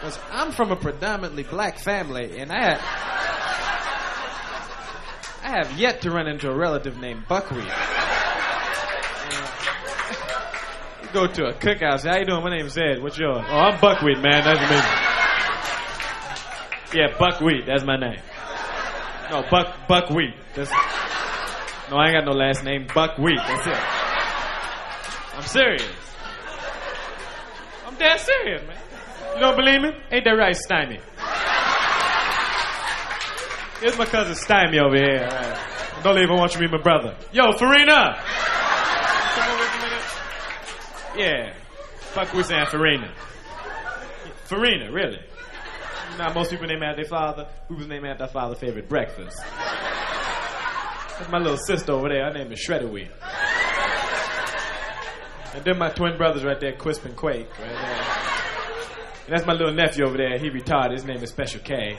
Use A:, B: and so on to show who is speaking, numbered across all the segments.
A: Because I'm from a predominantly black family, and I, I have yet to run into a relative named Buckwheat. You Go to a cookout. Say, how you doing? My name's Ed. What's yours? Oh, I'm Buckwheat, man. That's me. Yeah, Buckwheat. That's my name. No, Buck Buckwheat. That's, no, I ain't got no last name. Buckwheat. That's it. I'm serious. I'm dead serious, man. You don't believe me? Ain't that right, Stymie? Here's my cousin Stymie over here. all right. Don't even want you to be my brother. Yo, Farina! Come over here a minute. Yeah. Fuck we saying Farina. Farina, really. Now most people name after their father. We was named after our father's favorite breakfast. That's my little sister over there. Her name is Shredderweed. And then my twin brothers right there, Quisp and Quake, right there. And that's my little nephew over there. He retarded. His name is Special K.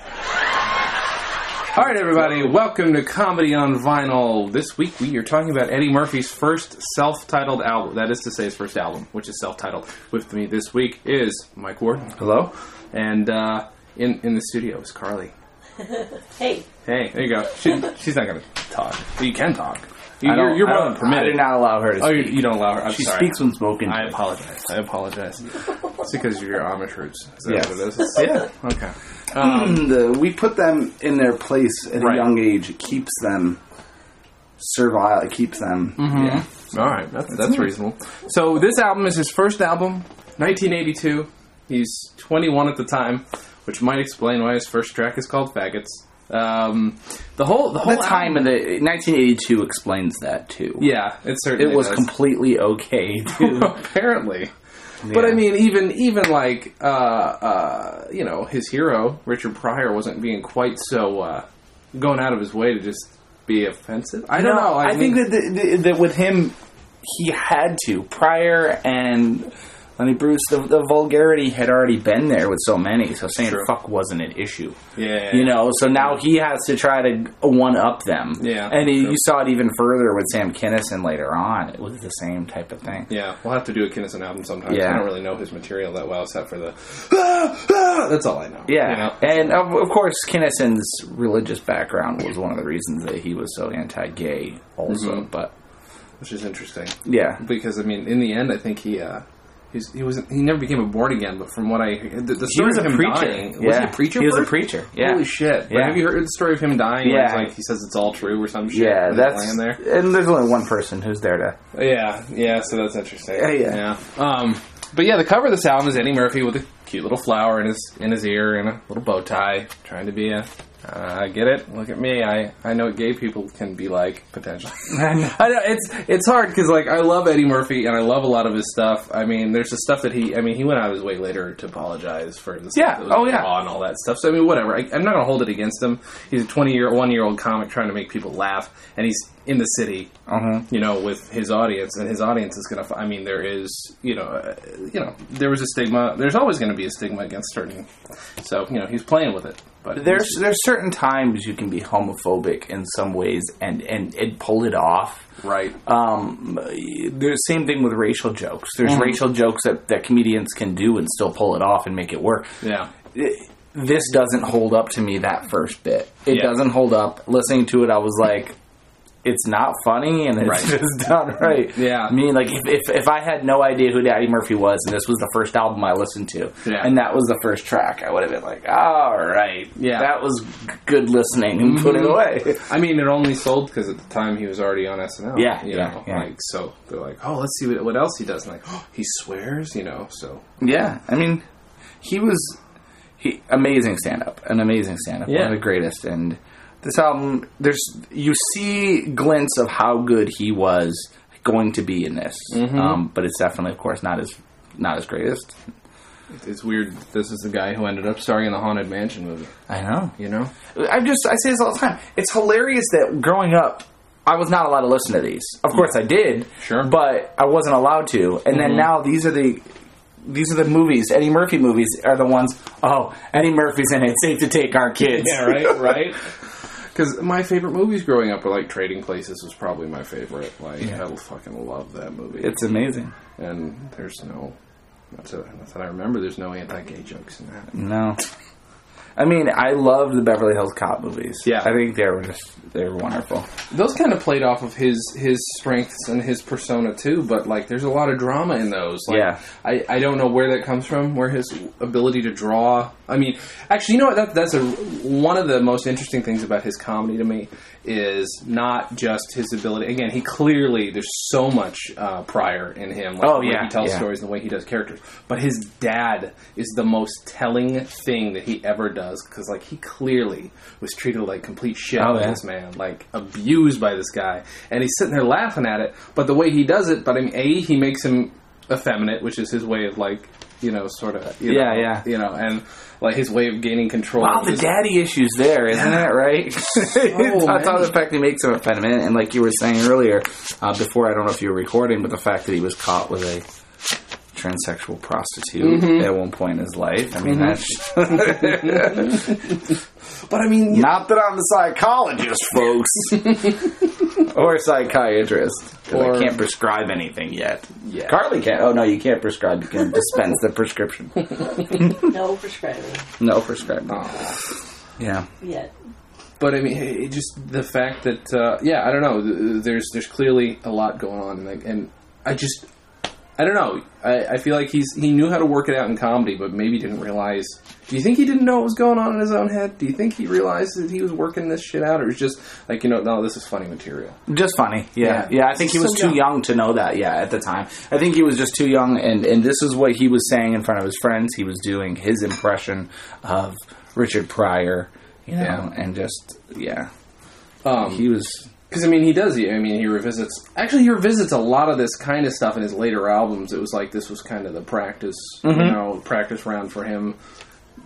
B: All right, everybody, welcome to Comedy on Vinyl. This week we are talking about Eddie Murphy's first self titled album. That is to say, his first album, which is self titled. With me this week is Mike Ward. Hello. And uh, in, in the studio is Carly.
C: Hey,
B: Hey, there you go. She, she's not going to talk. You can talk. You,
D: I
B: are
D: don't-
B: you're
D: I
B: more
D: don't-
B: than permitted.
D: I did not allow her to
B: Oh,
D: speak.
B: you, you don't allow her. I'm
D: she
B: sorry.
D: speaks when spoken.
B: I
D: to.
B: apologize. I apologize. It's because of your Amish roots. Is that
D: Yes.
B: what it is? Yeah. Okay.
D: Um, The- we put them in their place at
B: Right.
D: a young age. It keeps them servile. It keeps them. Yeah.
B: All right, that's, that's reasonable. So this album is his first album, 1982. He's 21 at the time, which might explain why his first track is called "Faggots." Um, the whole the whole
D: The time
B: album,
D: of the 1982 explains that too.
B: yeah, it
D: It
B: certainly
D: was
B: does.
D: completely okay. To,
B: apparently. But I mean, even even like uh, uh, you know his hero Richard Pryor wasn't being quite so uh, going out of his way to just be offensive. I don't know.
D: I,
B: mean-
D: think that the, the, that with him, he had to prior and Lenny Bruce. The, the vulgarity had already been there with so many, so saying
B: True.
D: "fuck" wasn't an issue.
B: Yeah.
D: you know. So now he has to try to one up them.
B: Yeah,
D: and he,
B: true.
D: you saw it even further with Sam Kinison later on. It was the same type of thing.
B: Yeah, we'll have to do a Kinnison album sometime.
D: Yeah.
B: I don't really know his material that well, except for the. "Ah, ah," that's all I know.
D: Yeah,
B: You know?
D: and of, of course, Kinnison's religious background was one of the reasons that he was so anti-gay, also.
B: Mm-hmm.
D: But
B: which is interesting
D: yeah,
B: because I mean, in the end, I think he uh, he's, he was he never became a born again, but from what I the, the story
D: was
B: of
D: a
B: him
D: preacher.
B: dying was he
D: Yeah.
B: a preacher?
D: He was a
B: first?
D: preacher, yeah.
B: Holy shit! Yeah.
D: Yeah.
B: have you heard the story of him dying? where it's
D: Yeah.
B: like he says it's all true or some shit.
D: yeah,
B: and he's
D: that's
B: laying there.
D: and there's only one person who's there to
B: Yeah, yeah, so that's interesting.
D: Yeah, yeah.
B: Um, but yeah, the cover of this album is Eddie Murphy with a cute little flower in his in his ear and a little bow tie, trying to be a. Uh, I get it. Look at me. I, I know what gay people can be like potentially. I know it's it's hard because like I love Eddie Murphy and I love a lot of his stuff. I mean, there's the stuff that he. I mean, he went out of his way later to apologize for the stuff
D: Yeah.
B: that was
D: Oh, yeah.
B: raw and all that stuff. So I mean, whatever. I, I'm not gonna hold it against him. He's a 20 year one year old comic trying to make people laugh, and he's in the city you know, with his audience, and his audience is going to. I mean, there is, you know, uh, you know, there was a stigma. There's always going to be a stigma against certain. So you know, he's playing with it. But
D: there's there's certain times you can be homophobic in some ways and and, and pull it off.
B: right.
D: Um, the same thing with racial jokes. There's racial jokes that, that comedians can do and still pull it off and make it work.
B: yeah.
D: It- this doesn't hold up to me that first bit. It
B: Yeah.
D: doesn't hold up. Listening to it, I was like, it's not funny and it's
B: Right.
D: just not right.
B: Yeah.
D: I mean, like if, if if I had no idea who Daddy Murphy was and this was the first album I listened to,
B: Yeah.
D: and that was the first track, I would have been like, all right,
B: Yeah. Mm-hmm.
D: that was g- good listening and putting away.
B: I mean, it only sold because at the time he was already on SNL.
D: Yeah,
B: you
D: yeah,
B: know,
D: yeah.
B: Like so, they're like, oh, let's see what, what else he does. And like, oh, he swears, you know. So
D: Yeah, I mean, he was he amazing stand up, an amazing stand up, one
B: Yeah.
D: of the greatest. And this album, there's you see glints of how good he was going to be in this, um, but it's definitely, of course, not his not his greatest.
B: it's weird. This is the guy who ended up starring in the Haunted Mansion movie.
D: I know.
B: You know.
D: I just I say this all the time. It's hilarious that growing up. I was not allowed to listen to these. Of course, I did,
B: Sure. Mm-hmm.
D: but I wasn't allowed to. And then now these are the these are the movies. Eddie Murphy movies are the ones. Oh, Eddie Murphy's in it. Safe to take our kids.
B: Yeah, right, right. Because my favorite movies growing up were like Trading Places was probably my favorite. Like I fucking love that movie.
D: It's amazing.
B: and there's no That's what, that's what I remember. There's no anti-gay jokes in that.
D: No. I mean, I loved the Beverly Hills Cop movies.
B: Yeah.
D: I think they were just they were wonderful.
B: Those kind of played off of his his strengths and his persona too. But like, there's a lot of drama in those. Like,
D: Yeah.
B: I, I don't know where that comes from. Where his ability to draw. I mean, actually, you know what? That, that's a one of the most interesting things about his comedy to me is not just his ability. Again, he clearly there's so much uh, prior in him. Like,
D: Oh,
B: the way
D: yeah,
B: he tells
D: yeah.
B: stories and the way he does characters. But his dad is the most telling thing that he ever does because like he clearly was treated like complete shit
D: Oh,
B: by
D: yeah.
B: this man, like abused by this guy, and he's sitting there laughing at it. But the way he does it, but I mean, a he makes him effeminate, which is his way of like you know, sort of you
D: Yeah,
B: know,
D: yeah.
B: you know, and like his way of gaining control.
D: Wow, the
B: is-
D: daddy issues there, isn't it? Right? That's all
B: many.
D: the fact he makes him a feminine, and like you were saying earlier, uh, before I don't know if you were recording, but the fact that he was caught with a transsexual prostitute
B: Mm-hmm.
D: at one point in his life. I mean, that's
B: Mm-hmm. but I mean,
D: not that I'm a psychologist, folks, or a psychiatrist, 'cause
B: Or-
D: I can't prescribe anything yet.
B: Yeah.
D: Carly can't. Oh no, you can't prescribe. You can dispense the prescription.
C: No prescribing
D: No prescribing.
B: Aw.
D: Yeah.
C: yet.
B: but I mean, it, it just the fact that uh, yeah, I don't know. th- There's there's clearly a lot going on, and I, and I just I don't know. I, I feel like he's he knew how to work it out in comedy, but maybe didn't realize. Do you think he didn't know what was going on in his own head? Do you think he realized that he was working this shit out, or it's just like you know, no, this is funny material?
D: Just funny, yeah,
B: Yeah.
D: yeah. I think he was
B: So
D: too
B: young.
D: young. to know that, yeah, at the time. I think he was just too young, and and this is what he was saying in front of his friends. He was doing his impression of Richard Pryor, you know,
B: Yeah.
D: and just yeah,
B: Um,
D: he was
B: Because I mean, he does. I mean, he revisits. Actually, he revisits a lot of this kind of stuff in his later albums. It was like this was kind of the practice, you know, practice round for him.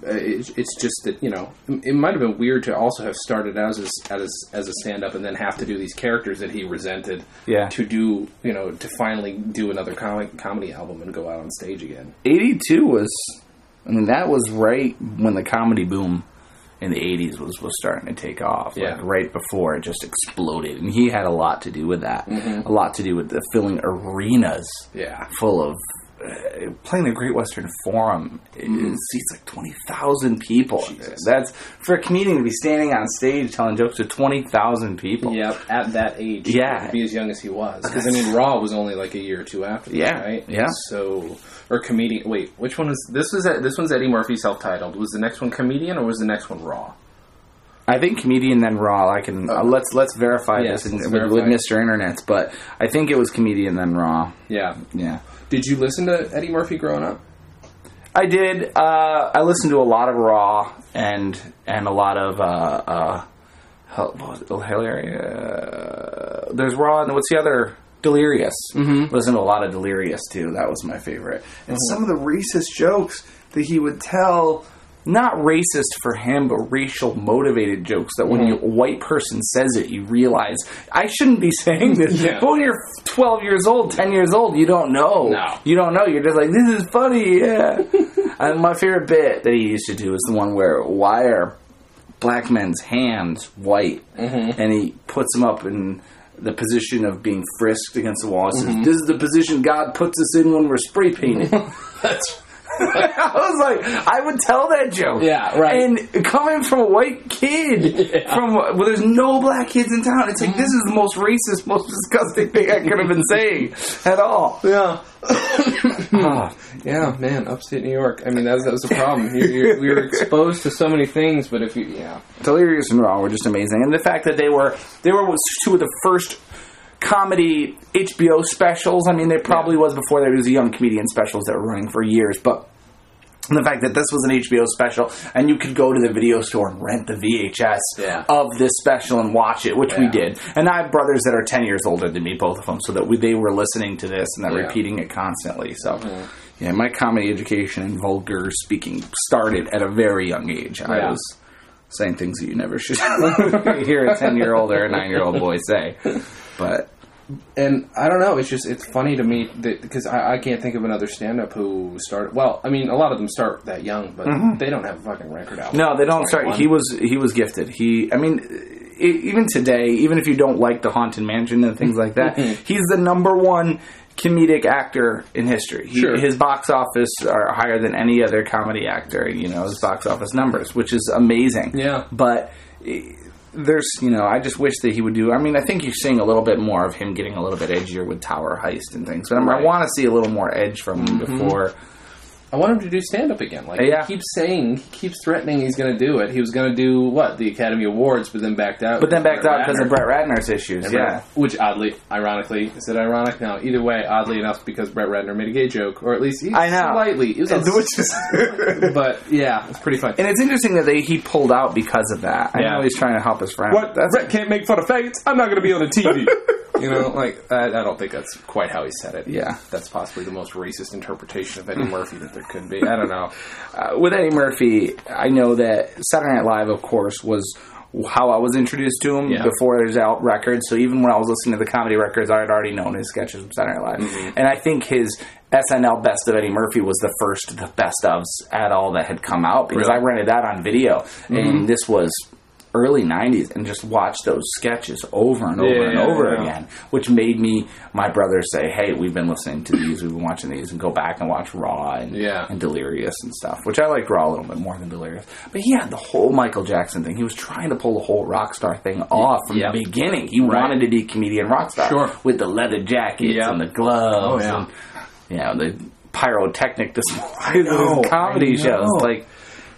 B: Uh, It, it's just that you know, it it might have been weird to also have started out as a, as as a stand up and then have to do these characters that he resented.
D: Yeah.
B: To do you know to finally do another comic comedy album and go out on stage again.
D: 82 was i mean that was right when the comedy boom in the 80s was was starting to take off
B: Yeah.
D: like right before it just exploded and he had a lot to do with that a lot to do with the filling arenas
B: Mm-hmm. Yeah.
D: full of uh, playing the great western forum it
B: Mm.
D: it seats like 20,000 people that's for a comedian to be standing on stage telling jokes to 20,000 people
B: Yeah. At that age.
D: Yeah.
B: To be as young as he was. Because I mean, Raw was only like a year or two after. That,
D: Yeah,
B: Right.
D: yeah.
B: So, or comedian. Wait, which one is this? Is this one's Eddie Murphy self-titled? Was the next one comedian or was the next one Raw?
D: I think comedian then raw. I can uh, let's let's verify
B: Oh. Yes,
D: this in,
B: let's
D: with,
B: verify
D: with
B: it.
D: Mr. Internet's, but I think it was comedian then raw.
B: Yeah.
D: Yeah.
B: Did you listen to Eddie Murphy growing up?
D: I did. Uh, I listened to a lot of Raw and and a lot of uh, uh, hel- what was it? Hilary- Uh, there's Raw and what's the other? Delirious. Mm-hmm. Listened to a lot of Delirious too. That was my favorite.
B: Mm-hmm.
D: And some of the racist jokes that he would tell. Not racist for him, but racial motivated jokes that when you,
B: Mm-hmm.
D: a white person says it, you realize I shouldn't be saying this.
B: Yeah.
D: But when you're 12 years old, 10 years old, you don't know.
B: No.
D: You don't know. You're just like, this is funny, yeah. and my favorite bit that he used to do is the one where, why are black men's hands white?
B: Mm-hmm.
D: And he puts them up in the position of being frisked against the wall and
B: Mm-hmm.
D: says, this is the position God puts us in when we're spray painted.
B: That's
D: I was like, I would tell that joke.
B: Yeah, right.
D: And coming from a white kid, from well, there's no black kids in town. It's like
B: Mm-hmm.
D: this is the most racist, most disgusting thing I could have been saying at all.
B: yeah. Mm-hmm.
D: Ah,
B: Yeah, man, upstate New York. I mean, that was, that was the problem. You're, you're, we were exposed to so many things, but if you, yeah,
D: Delirious and Raw were just amazing, and the fact that they were they were two of the first comedy HBO specials. I mean, there probably was before there was young comedian specials that were running for years, but. the fact that this was an HBO special, and you could go to the video store and rent the VHS
B: Yeah.
D: of this special and watch it, which we
B: Yeah.
D: did. And I have brothers that are ten years older than me, both of them, so that we, they were listening to this and they're
B: Yeah.
D: repeating it constantly. So, yeah, my comedy education and vulgar speaking started at a very young age.
B: Yeah.
D: I was saying things that you never should hear a ten year old or a nine year old boy say, but.
B: and I don't know. It's just it's funny to me that because I, I can't think of another stand up who started. Well, I mean, a lot of them start that young, but they don't have a fucking record album.
D: Mm-hmm. No, they don't. Sorry, he was he was gifted. He, I mean, e-
B: Mm-hmm.
D: even today, even if you don't like the Haunted Mansion and things like that, he's the number one comedic actor in history. He,
B: Sure.
D: His box office are higher than any other comedy actor. You know his box office numbers, which is amazing.
B: Yeah.
D: but. eh, There's, you know, I just wish that he would do. I mean, I think you're seeing a little bit more of him getting a little bit edgier with Tower Heist and things. But I'm, I
B: Right. Mm-hmm.
D: want to see a little more edge from him before.
B: I want him to do stand up again. Like
D: Yeah.
B: he keeps saying, he keeps threatening he's going to do it. He was going to do what the Academy Awards, but then backed out.
D: But then backed out because
B: Ratner.
D: of Brett Ratner's issues. yeah,
B: Which oddly, ironically, is it ironic? No. Either way, oddly enough, because Brett Ratner made a gay joke, or at least he
D: I know.
B: slightly. It was a-
D: Which is-
B: but yeah, it's pretty funny.
D: And it's interesting that they, he pulled out because of that. I
B: Yeah.
D: know he's trying to help his friend.
B: What?
D: That's,
B: Brett can't make fun of faggots. I'm not going to be on the TV. you know, like I, I don't think that's quite how he said it.
D: Yeah.
B: that's possibly the most racist interpretation of Eddie Murphy that there could be. I don't know.
D: uh, with Eddie Murphy, I know that Saturday Night Live, of course, was how I was introduced to him
B: Yeah.
D: before his out records. So even when I was listening to the comedy records, I had already known his sketches from Saturday Night Live.
B: Mm-hmm.
D: And I think his SNL Best of Eddie Murphy was the first, the best ofs at all that had come out because I
B: Really? Mm-hmm.
D: rented that on video, and this was early 90s and just watched those sketches over and over
B: Yeah,
D: and over
B: yeah.
D: again which made me my brother say hey we've been listening to these we've been watching these and go back and watch raw and,
B: Yeah.
D: and delirious and stuff which i liked raw a little bit more than delirious but he had the whole michael jackson thing he was trying to pull the whole rock star thing off from
B: Yep.
D: the beginning he wanted to be comedian rock star
B: Sure.
D: with the leather jackets
B: Yep.
D: and the gloves
B: Oh, yeah.
D: and you know the pyrotechnic displays
B: know,
D: and comedy
B: I
D: shows
B: know.
D: like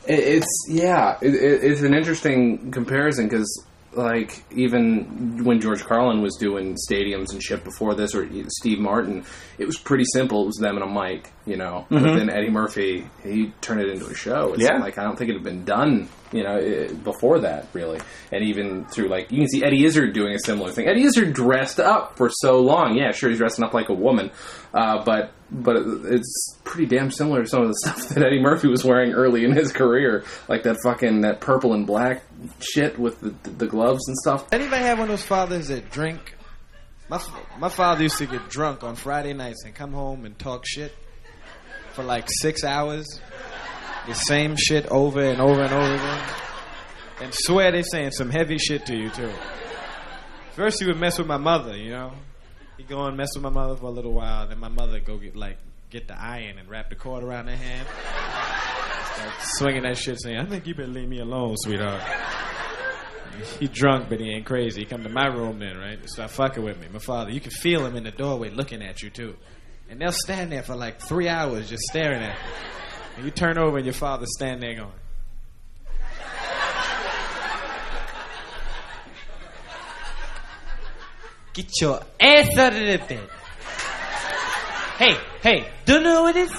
B: It, it's yeah, it, it, it's an interesting comparison because like even when George Carlin was doing stadiums and shit before this, or Steve Martin, it was pretty simple. It was them and a mic, you know. But then Eddie Murphy, he turned it into a show. It's
D: Mm-hmm. Yeah.
B: like I don't think it had been done, you know, i before that really. And even through like you can see Eddie Izzard doing a similar thing. Eddie Izzard dressed up for so long. Yeah, sure, he's dressing up like a woman, uh, but but it's pretty damn similar to some of the stuff that Eddie Murphy was wearing early in his career, like that fucking that purple and black shit with the, the gloves and stuff.
E: Anybody have one of those fathers that drink? My f- my father used to get drunk on Friday nights and come home and talk shit for like six hours, the same shit over and over and over again, and swear they saying some heavy shit to you too. First he would mess with my mother, you know. He'd go and mess with my mother for a little while, then my mother would go get like get the iron and wrap the cord around her hand, start swinging that shit, saying, "I think you better leave me alone, sweetheart." he drunk, but he ain't crazy. He come to my room then, right? Start fucking with me. My father, you can feel him in the doorway looking at you too. And they'll stand there for like three hours just staring at you. And you turn over and your father's standing there going. Get your ass out of that thing. Hey, hey, don't know what it is?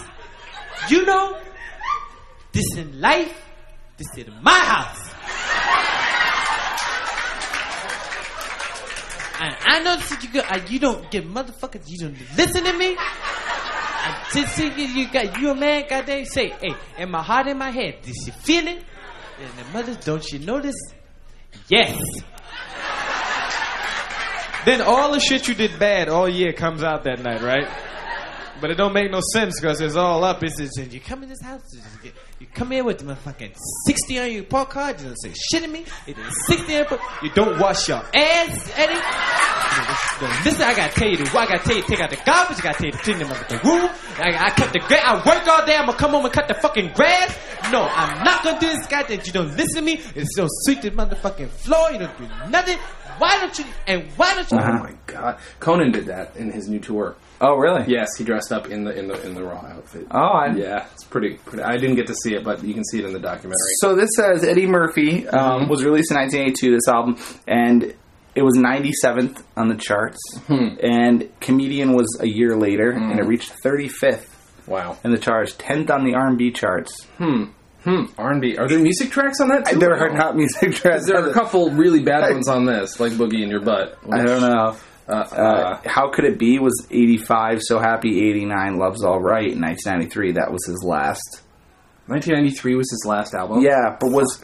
E: You know? This in life, this in my house. And I know that you go, uh, you don't get motherfuckers. You don't listen to me. I just see you, you got you a man. Goddamn, say, hey, in my heart, in my head, did she feel it? And the mothers, don't you notice? Yes. Then all the shit you did bad all year comes out that night, right? But it don't make no sense because it's all up. It's just you come in this house, you just get- you come here with the fucking sixty on your report card. You don't say shit to me. It is sixty. on your report- You don't wash your ass, Eddie. You don't Listen, I gotta tell you, to, I gotta tell you, to take out the garbage. I gotta tell you to clean them up the room. I, I cut the grass. I work all day. I'm gonna come home and cut the fucking grass. No, I'm not gonna do this, guy. That you don't listen to me. It's so sweet the motherfucking floor. You don't do nothing. Why don't you? And why don't you?
D: Uh-huh.
B: Oh my god, Conan did that in his new tour.
D: oh really
B: Yes, he dressed up in the in the in the raw outfit.
D: oh I,
B: Yeah, it's pretty, pretty. I didn't get to see it, but you can see it in the documentary.
D: So this says Eddie Murphy
B: Mm-hmm.
D: um, was released in 1982. This album and it was 97th on the charts,
B: Hmm.
D: and Comedian was a year later, and it reached 35th
B: Wow.
D: in the charts, 10th on the R&B charts.
B: Hmm, R&B. Are there music tracks on that? Too?
D: There are not music charts.
B: There are a couple really bad ones on this, like Boogie in Your Butt.
D: I don't
B: Uh,
D: know. Uh,
B: uh,
D: How could it be? Was 85 so happy? 89 loves all right. In 1993, that was his last.
B: 1993 was his last album.
D: Yeah, but was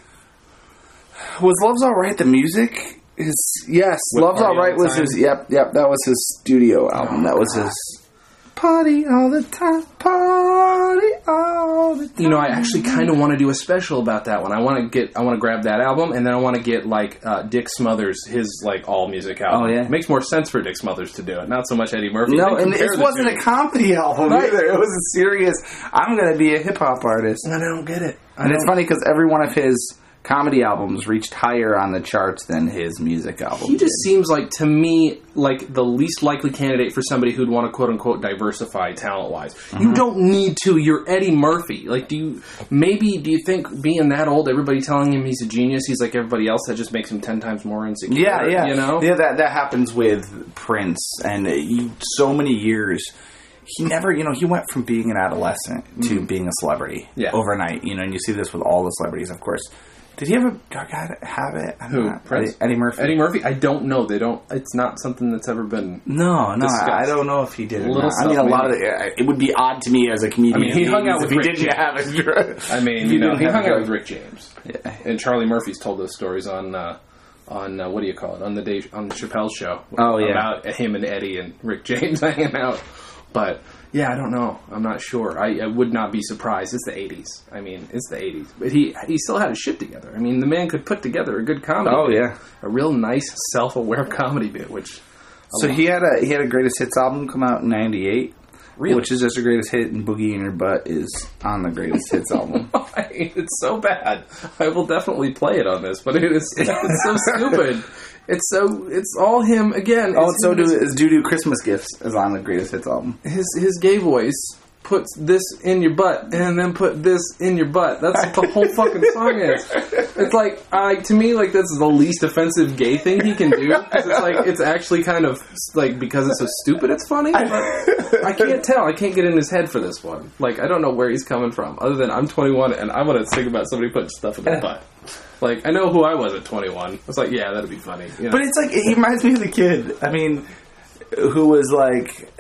D: was Love's All Right the music? His yes,
B: With
D: Love's
B: Party
D: All Oh, Right
B: All the
D: was
B: Time?
D: his. Yep, yep, that was his studio album. that was his party all the time, party all the
B: you know, I actually kind of
D: Mm.
B: want to do a special about that one. I want to get, I want to grab that album, and then I want to get like uh, Dick Smothers, his like all music album.
D: Oh, yeah.
B: makes more sense for Dick Smothers to do it, not so much Eddie Murphy.
D: No,
B: They
D: and
B: compare
D: it
B: the
D: wasn't
B: two.
D: a comedy album
B: Right.
D: either. It was a serious. I'm going to be a hip hop artist,
B: And I don't get it. I
D: and it's
B: don't-
D: funny because every one of his comedy albums reached higher on the charts than his music album.
B: He just
D: did.
B: seems like to me like the least likely candidate for somebody who'd want to quote unquote diversify talent wise.
D: Mm-hmm.
B: You don't need to. You're Eddie Murphy. Like, do you maybe do you think being that old, everybody telling him he's a genius, he's like everybody else, that just makes him ten times more insecure?
D: yeah, yeah,
B: You know,
D: yeah. That that happens with Prince, and uh, he, so many years. He never, you know, he went from being an adolescent to being a celebrity
B: Mm-hmm. Yeah.
D: overnight. You know, and you see this with all the celebrities, of course. Did he have a drug ad- habit? I'm
B: Who,
D: not-
B: Prince?
D: Uh, Eddie Murphy.
B: Eddie Murphy. I don't know. They don't. It's not something that's ever been.
D: No, no,
B: Disgust.
D: I, I don't know if he did. Or
B: Little
D: not. I mean, a
B: stuff,
D: lot of it would be odd to me as a comedian.
B: I mean, he hung out with
D: if he
B: Rick
D: didn't have a drug.
B: I
D: if
B: mean,
D: he
B: you know,
D: didn't
B: he
D: have a
B: hung out
D: drug-
B: with Rick James.
D: Yeah.
B: and Charlie Murphy's told those stories on uh, on uh, what do you call it on the Dave on the Chappelle show.
D: Oh, yeah.
B: about him and Eddie and Rick James hanging out. But yeah, I don't know. I'm not sure. I, I would not be surprised. It's the '80s. I mean, it's the '80s. But he he still had his shit together. I mean, the man could put together a good comedy.
D: Oh
B: bit.
D: yeah.
B: a real nice self-aware comedy bit. Which
D: So he had a he had a greatest hits album come out in '98,
B: Really?
D: which is just a greatest hit, and Boogie in Your Butt is on the greatest hits album.
B: it's so bad. I will definitely play it on this, but it is it's so stupid. It's so it's all him again.
D: Oh, and so
B: him
D: do
B: just-
D: is Do Do Christmas Gifts is on the greatest hits album.
B: his his gay voice puts this in your butt and then put this in your butt. That's what the whole fucking song is. It's like I to me like that's the least offensive gay thing he can do. 'cause It's like it's actually kind of like because it's so stupid, it's funny. But I can't tell. I can't get in his head for this one. Like I don't know where he's coming from. Other than I'm 21 and I want to sing about somebody putting stuff in their butt. Like I know who I was at 21. I was like, yeah, that'd be funny. you know?
D: But it's like he reminds me of the kid. I mean, who was like,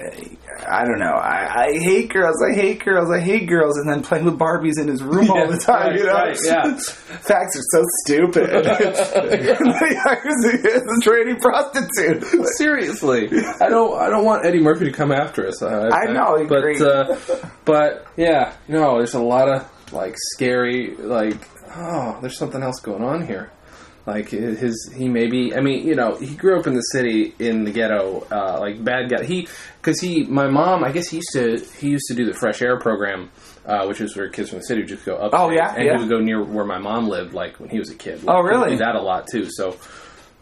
D: I don't know. I, I hate girls. I hate girls. I hate girls. And then playing with Barbies in his room all
B: Yeah,
D: the time.
B: right,
D: you know,
B: right, yeah.
D: facts are so stupid. I was a training prostitute.
B: Seriously, I don't. I don't want Eddie Murphy to come after us. I,
D: I know,
B: but
D: agreed.
B: uh, but yeah, no. There's a lot of like scary, like oh, there's something else going on here. Like his, he maybe. I mean, you know, he grew up in the city, in the ghetto, uh, like bad guy. He because he, my mom, I guess he used to. He used to do the fresh air program. Uh, which is where kids from the city would just go up.
D: Oh, yeah,
B: and
D: yeah.
B: he would go near where my mom lived, like when he was a kid.
D: Oh,
B: Like, he would
D: really?
B: do that a lot too. So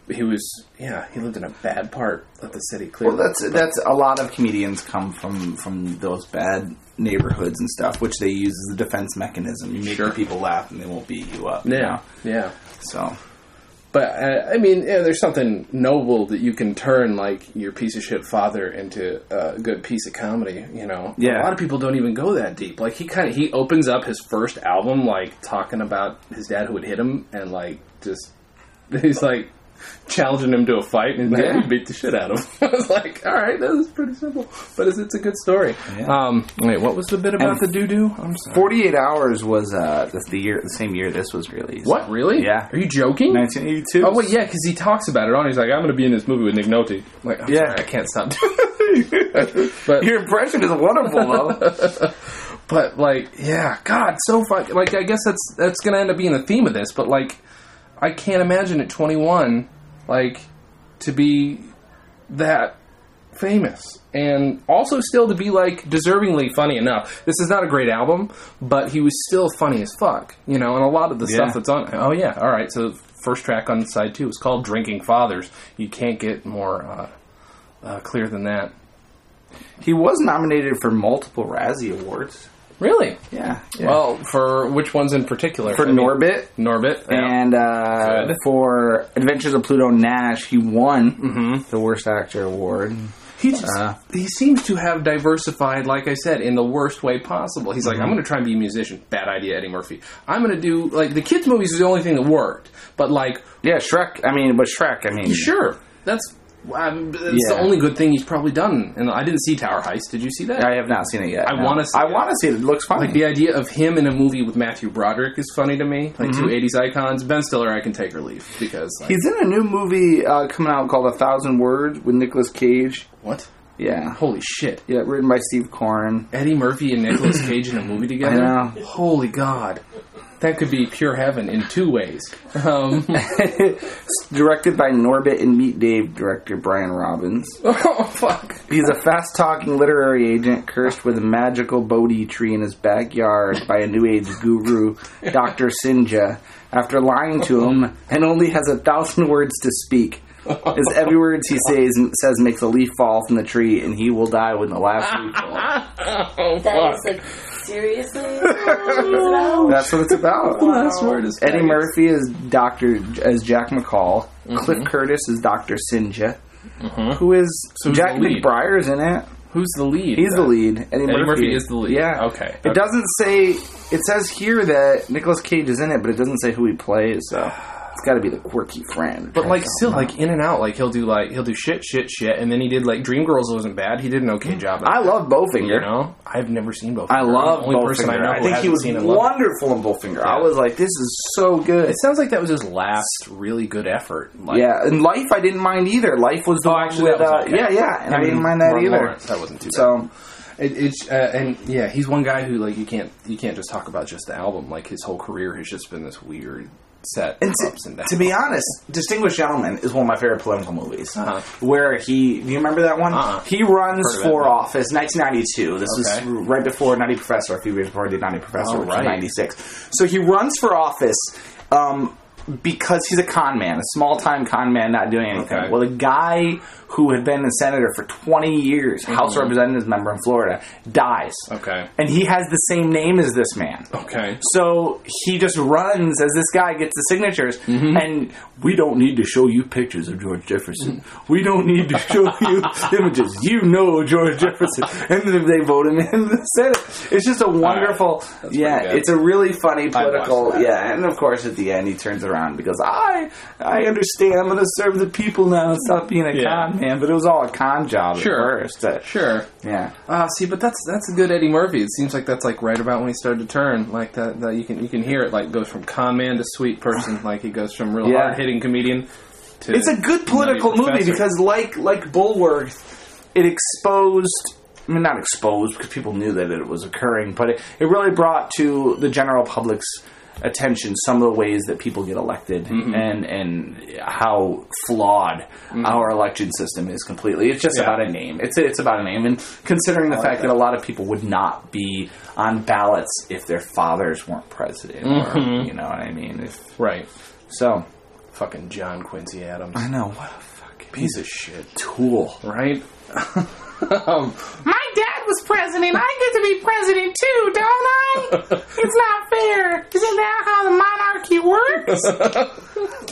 B: he was yeah he lived in a bad part of the city clearly
D: Well, that's that's a lot of comedians come from from those bad neighborhoods and stuff, which they use as a defense mechanism. You make
B: Sure.
D: the people laugh, and they won't beat you up. you
B: yeah
D: know?
B: yeah
D: So
B: but uh, i mean yeah, there's something noble that you can turn like your piece of shit father into a good piece of comedy you know
D: Yeah.
B: a lot of people don't even go that deep like he kind of he opens up his first album like talking about his dad who would hit him and like just he's like challenging him to a fight and his dad
D: Yeah.
B: would beat the shit out of him i was like all right that was pretty simple but it's, it's a good story
D: Yeah.
B: um wait what was the bit about
D: And-
B: the doo-doo i'm sorry
D: 48 hours was uh the, the year the same year this was released.
B: What? Really?
D: Yeah.
B: Are you joking?
D: 1982.
B: Oh, wait, yeah, because he talks about it on. He's like, I'm going to be in this movie with Nick Nolte. I'm like, I'm
D: Yeah.
B: sorry, I can't stop. doing- but
D: Your impression is wonderful, though.
B: but like, yeah, God, so fuck. Like, I guess that's that's going to end up being the theme of this. But like, I can't imagine at 21, like, to be that famous and also still to be like deservingly funny enough. This is not a great album, but he was still funny as fuck, you know. And a lot of the
D: Yeah.
B: stuff that's on. Oh yeah, all right. So first track on side two is called "Drinking Fathers." You can't get more uh, uh, clear than that.
D: he was nominated for multiple Razzie Awards.
B: Really?
D: Yeah. yeah.
B: Well, for which ones in particular?
D: for
B: I mean,
D: Norbit
B: Norbit. yeah.
D: and uh,
B: Good.
D: for Adventures of Pluto Nash, he won
B: Mm-hmm.
D: the Worst Actor award.
B: He just
D: Uh.
B: he seems to have diversified, like I said, in the worst way possible. He's like, I'm going to try and be a musician. Bad idea, Eddie Murphy. I'm going to do like the kids' movies is the only thing that worked, but like
D: Yeah, Shrek. I mean, but Shrek. I mean,
B: sure, that's um, that's the
D: Yeah.
B: only good thing he's probably done. And I didn't see Tower Heist. Did you see that?
D: I have not seen it yet.
B: I
D: no.
B: wanna see
D: I
B: it.
D: want to see it. It looks fun.
B: Like the idea of him in a movie with Matthew Broderick is funny to me. Like two '80s icons. Ben Stiller, I can take or leave because like,
D: He's in a new movie uh, coming out called A Thousand Words with Nicolas Cage.
B: what?
D: Yeah.
B: Holy shit.
D: Yeah, written by Steve Korn.
B: Eddie Murphy and Nicolas Cage in a movie together?
D: I know.
B: Holy God. That could be pure heaven in two ways. Um,
D: It's directed by Norbit and Meet Dave director Brian Robbins.
B: oh, fuck.
D: He's a fast talking literary agent cursed with a magical Bodhi tree in his backyard by a New Age guru, Dr. Sinja, after lying to him and only has a thousand words to speak. His every word he says, says makes a leaf fall from the tree and he will die when the last leaf falls.
B: Oh,
C: That
B: fuck.
C: is like seriously. Wow.
D: That's what it's about.
B: Last word is
D: Eddie
B: Vegas.
D: Murphy is Doctor as Jack McCall.
B: Mm-hmm.
D: Cliff Curtis is Doctor Sinja. Who is
B: So who's
D: Jack
B: the lead?
D: McBriar's in it?
B: Who's the lead?
D: He's the lead. Eddie,
B: Eddie Murphy is the lead.
D: Yeah.
B: Okay.
D: It
B: Okay.
D: doesn't say. It says here that Nicolas Cage is in it, but it doesn't say who he plays. So it's got to be the quirky friend.
B: But like still like in and out like he'll do like he'll do shit shit shit and then he did like Dreamgirls wasn't bad he did an okay job at
D: I love Bowfinger.
B: it, you know I've never seen both
D: I love
B: the only
D: Bowfinger.
B: person I know who
D: think he
B: hasn't
D: was
B: seen and loved it.
D: wonderful in Bowfinger. I was like, this is so good.
B: It sounds like that was his last really good effort. Like,
D: yeah, and Life I didn't mind either. Life was the
B: Oh,
D: one
B: actually,
D: with,
B: that was
D: uh,
B: okay.
D: yeah, yeah, and I
B: Him
D: didn't
B: and
D: mind that
B: Martin
D: either.
B: Lawrence, that wasn't too bad.
D: So
B: It, it's uh, and yeah, he's one guy who like you can't you can't just talk about just the album. Like his whole career has just been this weird set
D: And
B: of
D: to,
B: ups and downs.
D: to be honest, Distinguished Gentleman is one of my favorite political movies.
B: Uh-huh.
D: Where he, do you remember that one?
B: Uh-uh.
D: He runs
B: Heard of it,
D: for
B: no.
D: office, 1992. This
B: Okay.
D: was right before Nutty Professor, a few years before I did Nutty Professor,
B: Oh,
D: which was
B: right.
D: 96. So he runs for office um, because he's a con man, a small time con man not doing anything.
B: Okay.
D: Well, the guy who had been a senator for 20 years, House of Representatives member in Florida, dies.
B: Mm-hmm. okay, Oh,
D: And he has the same name as this man.
B: okay,
D: So he just runs as this guy gets the signatures,
B: Mm-hmm.
D: and we don't need to show you pictures of George Jefferson. We don't need to show you images. You know George Jefferson, and then they vote him in the Senate. It's just a wonderful, yeah.
B: good.
D: It's a really funny
B: watched
D: political,
B: that.
D: yeah. And of course, at the end, he turns around because I, I understand. I'm going to serve the people now. Stop being a
B: Yeah.
D: con man. But it was all a con job
B: Sure.
D: at first. Uh,
B: sure.
D: Yeah.
B: Ah, see, but that's that's a good Eddie Murphy. It seems like that's like right about when he started to turn. Like that, that you can you can hear it. Like goes from con man to sweet person. Like he goes from real
D: Yeah.
B: hard hitting comedian to
D: It's a good political
B: Nutty
D: movie
B: Professor.
D: because, like like Bulworth, it exposed. I mean, not exposed because people knew that it was occurring, but it, it really brought to the general public's attention some of the ways that people get elected and and how flawed our election system is completely. It's just
B: Yeah.
D: about a name. It's it's about a name, and considering the fact that. a lot of people would not be on ballots if their fathers weren't president, or, you know what I mean? If,
B: right.
D: so
B: Fucking John Quincy Adams,
D: I know what a fucking
B: piece of shit,
D: tool.
B: right? um,
F: My dad was president. I get to be president too, don't I? It's not fair. Isn't that how the monarchy works?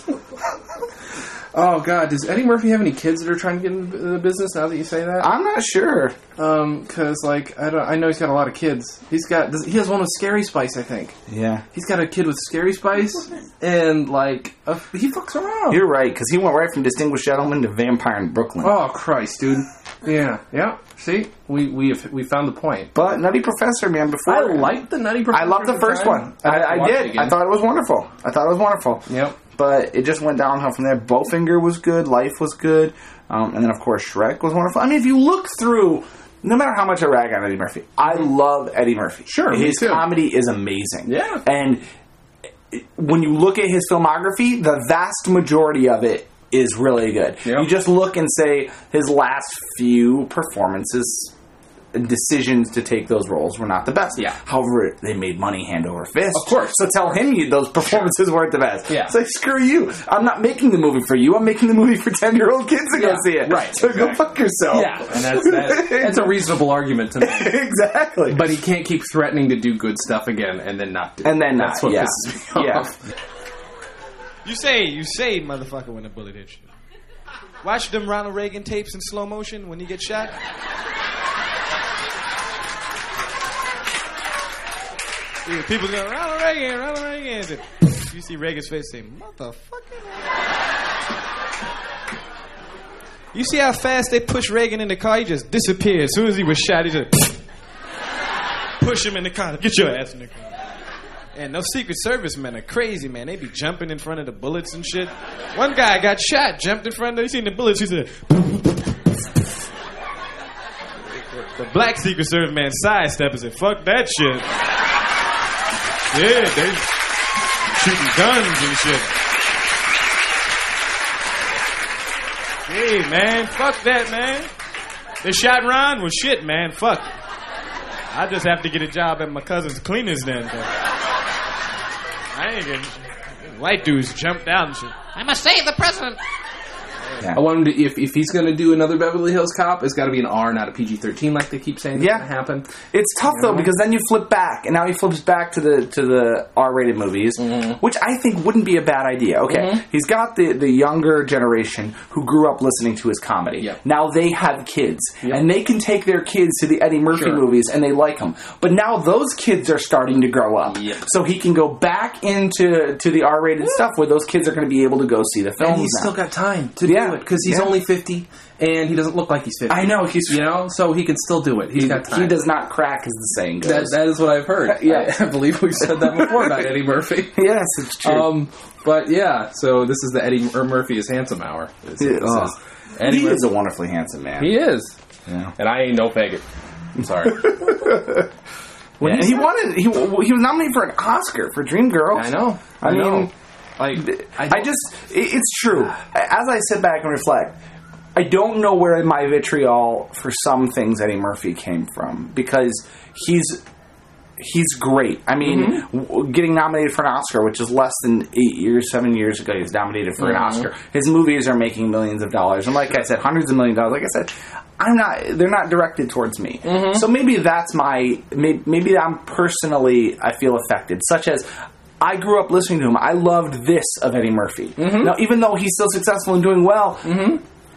B: Oh God, does Eddie Murphy have any kids that are trying to get into the business? Now that you say that,
D: I'm not sure.
B: um, because like I don't, I know he's got a lot of kids. He's got, does, he has one with Scary Spice, I think.
D: Yeah.
B: He's got a kid with Scary Spice, and like a, he fucks around.
D: You're right, because he went right from Distinguished Gentleman to Vampire in Brooklyn.
B: oh Christ, dude. Yeah, yeah. See, we we have, we found the point.
D: But Nutty Professor, man,
B: I
D: before.
B: liked the Nutty Professor.
D: I loved the
B: at
D: first
B: time.
D: one.
B: I'd have to
D: I, I
B: watch it
D: did.
B: again.
D: I thought it was wonderful. I thought it was wonderful.
B: Yep.
D: But it just went downhill from there. Bowfinger was good. Life was good. Um, and then, of course, Shrek was wonderful. I mean, if you look through, no matter how much I rag on Eddie Murphy, I love Eddie Murphy.
B: Sure, me
D: His
B: too.
D: comedy is amazing.
B: Yeah.
D: And when you look at his filmography, the vast majority of it is really good.
B: Yeah.
D: You just look and say his last few performances and decisions to take those roles were not the best.
B: Yeah.
D: However, they made money hand over fist.
B: Of course.
D: So tell him you those performances weren't the best.
B: Yeah.
D: It's like screw you. I'm not making the movie for you. I'm making the movie for ten year old kids to
B: Yeah,
D: go see it.
B: right,
D: So go
B: exactly.
D: fuck yourself.
B: Yeah, and that's that, that's a reasonable argument to make.
D: exactly.
B: But he can't keep threatening to do good stuff again and then not do. it.
D: and then
B: that's
D: not,
B: what
D: yeah.
B: pisses me
D: yeah.
B: off.
E: You say, you say, motherfucker, when the bullet hits you. Watch them Ronald Reagan tapes in slow motion when he gets shot. Yeah, people go, Ronald Reagan, Ronald Reagan. And then, you see Reagan's face say, motherfucker. You see how fast they push Reagan in the car? He just disappeared. As soon as he was shot, he just push him in the car. Get your ass in the car. And those Secret Service men are crazy, man. They be jumping in front of the bullets and shit. One guy got shot, jumped in front of. He seen the bullets. He said,
A: The black Secret Service man sidesteppers and fuck that shit. Yeah, they shooting guns and shit. Hey man, fuck that man. They shot Ron? Well shit man, fuck it. I just have to get a job at my cousin's cleaners then. though. I ain't getting white dudes jumped out and shit.
F: I must save the president.
B: I want him to, if, if he's going to do another Beverly Hills Cop, it's got to be an R, not a PG 13, like they keep saying. It's
D: Yeah.
B: going to happen.
D: It's tough though because then you flip back, and now he flips back to the to the R-rated movies,
B: Mm-hmm.
D: which I think wouldn't be a bad idea. Okay, he's got the the younger generation who grew up listening to his comedy.
B: Yep.
D: Now they have kids, and they can take their kids to the Eddie Murphy
B: Sure.
D: movies, and they like them. But now those kids are starting to grow up,
B: Yep.
D: so he can go back into to the R-rated stuff where those kids are going to be able to go see the films.
B: And he's
D: now.
B: still got time to
D: Yeah.
B: do it because he's
D: Yeah.
B: only 50 and he doesn't look like he's 50.
D: I know he's
B: You know, so he can still do it. He's got time.
D: he does not crack, as the saying goes.
B: That, that is what I've heard.
D: Yeah.
B: I, I believe we've said that before about Eddie Murphy.
D: yes, it's true.
B: Um, but yeah, so this is the Eddie Mur- Murphy is handsome hour. This is-
D: Yeah,
B: this
D: oh.
B: is Eddie
D: he
B: Murphy.
D: is a wonderfully handsome man.
B: he is.
D: Yeah.
B: And I ain't no faggot. I'm sorry.
D: Yeah, and he wanted he he was nominated for an Oscar for Dreamgirls.
B: I know.
D: I,
B: I
D: mean,
B: know.
D: like
B: I
D: I, just it, it's true. As I sit back and reflect, I don't know where my vitriol for some things Eddie Murphy came from because he's he's great. I mean,
B: Mm-hmm.
D: w- getting nominated for an Oscar, which is less than eight years, seven years ago, he was nominated for an
B: Mm-hmm.
D: Oscar. His movies are making millions of dollars, and like I said, hundreds of million dollars. Like I said, I'm not; they're not directed towards me.
B: Mm-hmm.
D: So maybe that's my maybe, maybe I'm personally I feel affected, such as. I grew up listening to him. I loved this of Eddie Murphy.
B: Mm-hmm.
D: Now, even though he's still successful and doing well,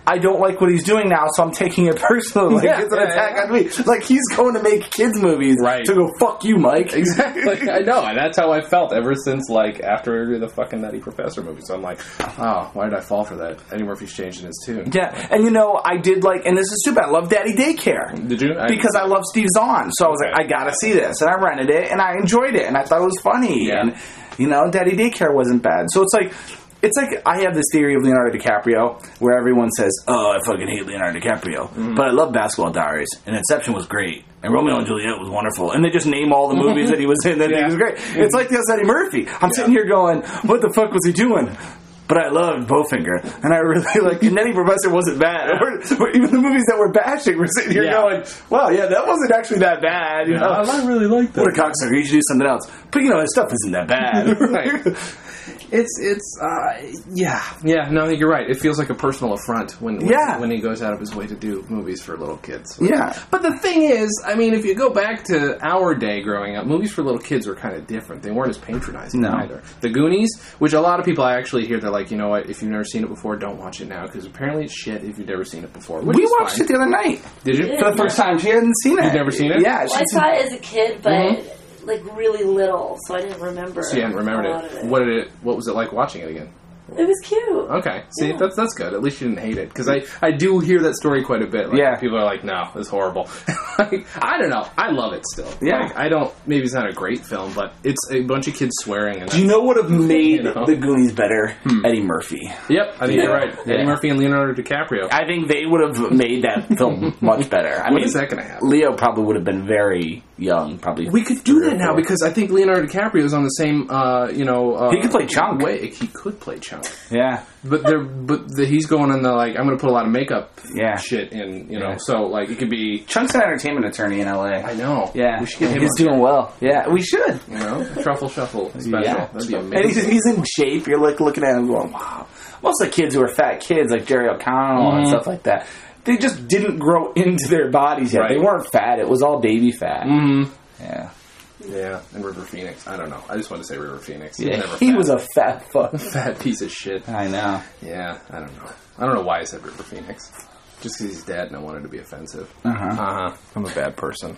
D: I don't like what he's doing now, so I'm taking it personally. Like,
B: Yeah,
D: it's an
B: yeah,
D: attack
B: yeah.
D: on me. Like he's going to make kids movies
B: Right.
D: to go fuck you, Mike.
B: Exactly. I know, and that's how I felt ever since like after the fucking Nutty Professor movie. So I'm like, oh, why did I fall for that? Eddie Murphy's changing his tune.
D: Yeah, and you know, I did like, and this is stupid. I love Daddy Daycare
B: Did you? I-
D: because I love Steve Zahn, so I was like,
B: Okay.
D: I gotta see this, and I rented it, and I enjoyed it, and I thought it was funny,
B: Yeah.
D: and you know, Daddy Daycare wasn't bad. So it's like. It's like I have this theory of Leonardo DiCaprio where everyone says, "Oh, I fucking hate Leonardo DiCaprio,"
B: Mm-hmm.
D: but I love Basketball Diaries and Inception was great and Romeo and Juliet was wonderful, and they just name all the movies that he was in that he
B: Yeah.
D: was great. It's like this Eddie Murphy. I'm sitting here going, "What the fuck was he doing?" But I loved Bowfinger, and I really like. And Nutty Professor wasn't bad. We're- we're- even the movies that we're bashing, we're sitting here
B: Yeah.
D: going, "Wow, yeah, that wasn't actually that bad." You know,
B: uh, I really like
D: what a cocksucker! He should do something else. But you know, his stuff isn't that bad.
B: Right. It's it's uh yeah yeah no you're right it feels like a personal affront when when,
D: Yeah.
B: when he goes out of his way to do movies for little kids
D: Yeah.
B: but the thing is I mean if you go back to our day growing up movies for little kids were kind of different they weren't as patronizing
D: No.
B: either the Goonies which a lot of people I actually hear they're like you know what if you've never seen it before don't watch it now because apparently it's shit if you've never seen it before which
D: We
B: is
D: watched
B: fine.
D: it the other night
B: did you
D: for the first time. She hadn't seen it.
B: You'd never seen it?
D: Yeah,
C: Well, I
D: she's-
C: saw it as a kid, but like really little, so I didn't remember.
B: Mm-hmm. so you hadn't remembered
C: a lot
B: it
C: of
B: what did it what was it like watching it again
C: It was cute.
B: Okay, see
C: Yeah.
B: that's that's good. At least you didn't hate it because I I do hear that story quite a bit. Like,
D: Yeah.
B: people are like, no, it's horrible. like, I don't know. I love it still.
D: Yeah.
B: like, I don't. Maybe it's not a great film, but it's a bunch of kids swearing. And
D: Do you know Hmm. what would have made
B: You know.
D: the Goonies better? Eddie Murphy.
B: yep, I think you're right.
D: Yeah.
B: Eddie Murphy and Leonardo DiCaprio.
D: I think they would have made that film much better. I
B: When
D: mean,
B: is that gonna happen?
D: Leo probably would have been very young. Probably
B: we could do
D: three or
B: that now
D: four.
B: because I think Leonardo DiCaprio is on the same. Uh, you know, uh,
D: He could play Chunk.
B: Way. He could play Chunk.
D: yeah,
B: But they're but the, he's going in the like I'm going to put a lot of makeup
D: Yeah.
B: shit in. You know,
D: Yeah.
B: so like it could be.
D: Chunk's an entertainment attorney in L.A.
B: I know.
D: Yeah,
B: we should get him.
D: he's
B: on
D: doing well. Yeah, we should.
B: You know, truffle shuffle special.
D: Yeah,
B: That'd be
D: and he's,
B: amazing.
D: he's in shape. You're like looking at him going, "Wow." Most of the kids who are fat kids, like Jerry O'Connell and stuff like that, they just didn't grow into their bodies yet.
B: Right.
D: They weren't fat. It was all baby fat.
B: Mm,
D: Yeah,
B: yeah, and River Phoenix. I don't know. I just want to say River Phoenix. He's
D: yeah.
B: never
D: He
B: fat.
D: was a fat fuck.
B: fat piece of shit.
D: I know.
B: Yeah, I don't know. I don't know why I said River Phoenix. Just because he's dead and I wanted to be offensive.
D: Uh-huh.
B: Uh huh. I'm a bad person.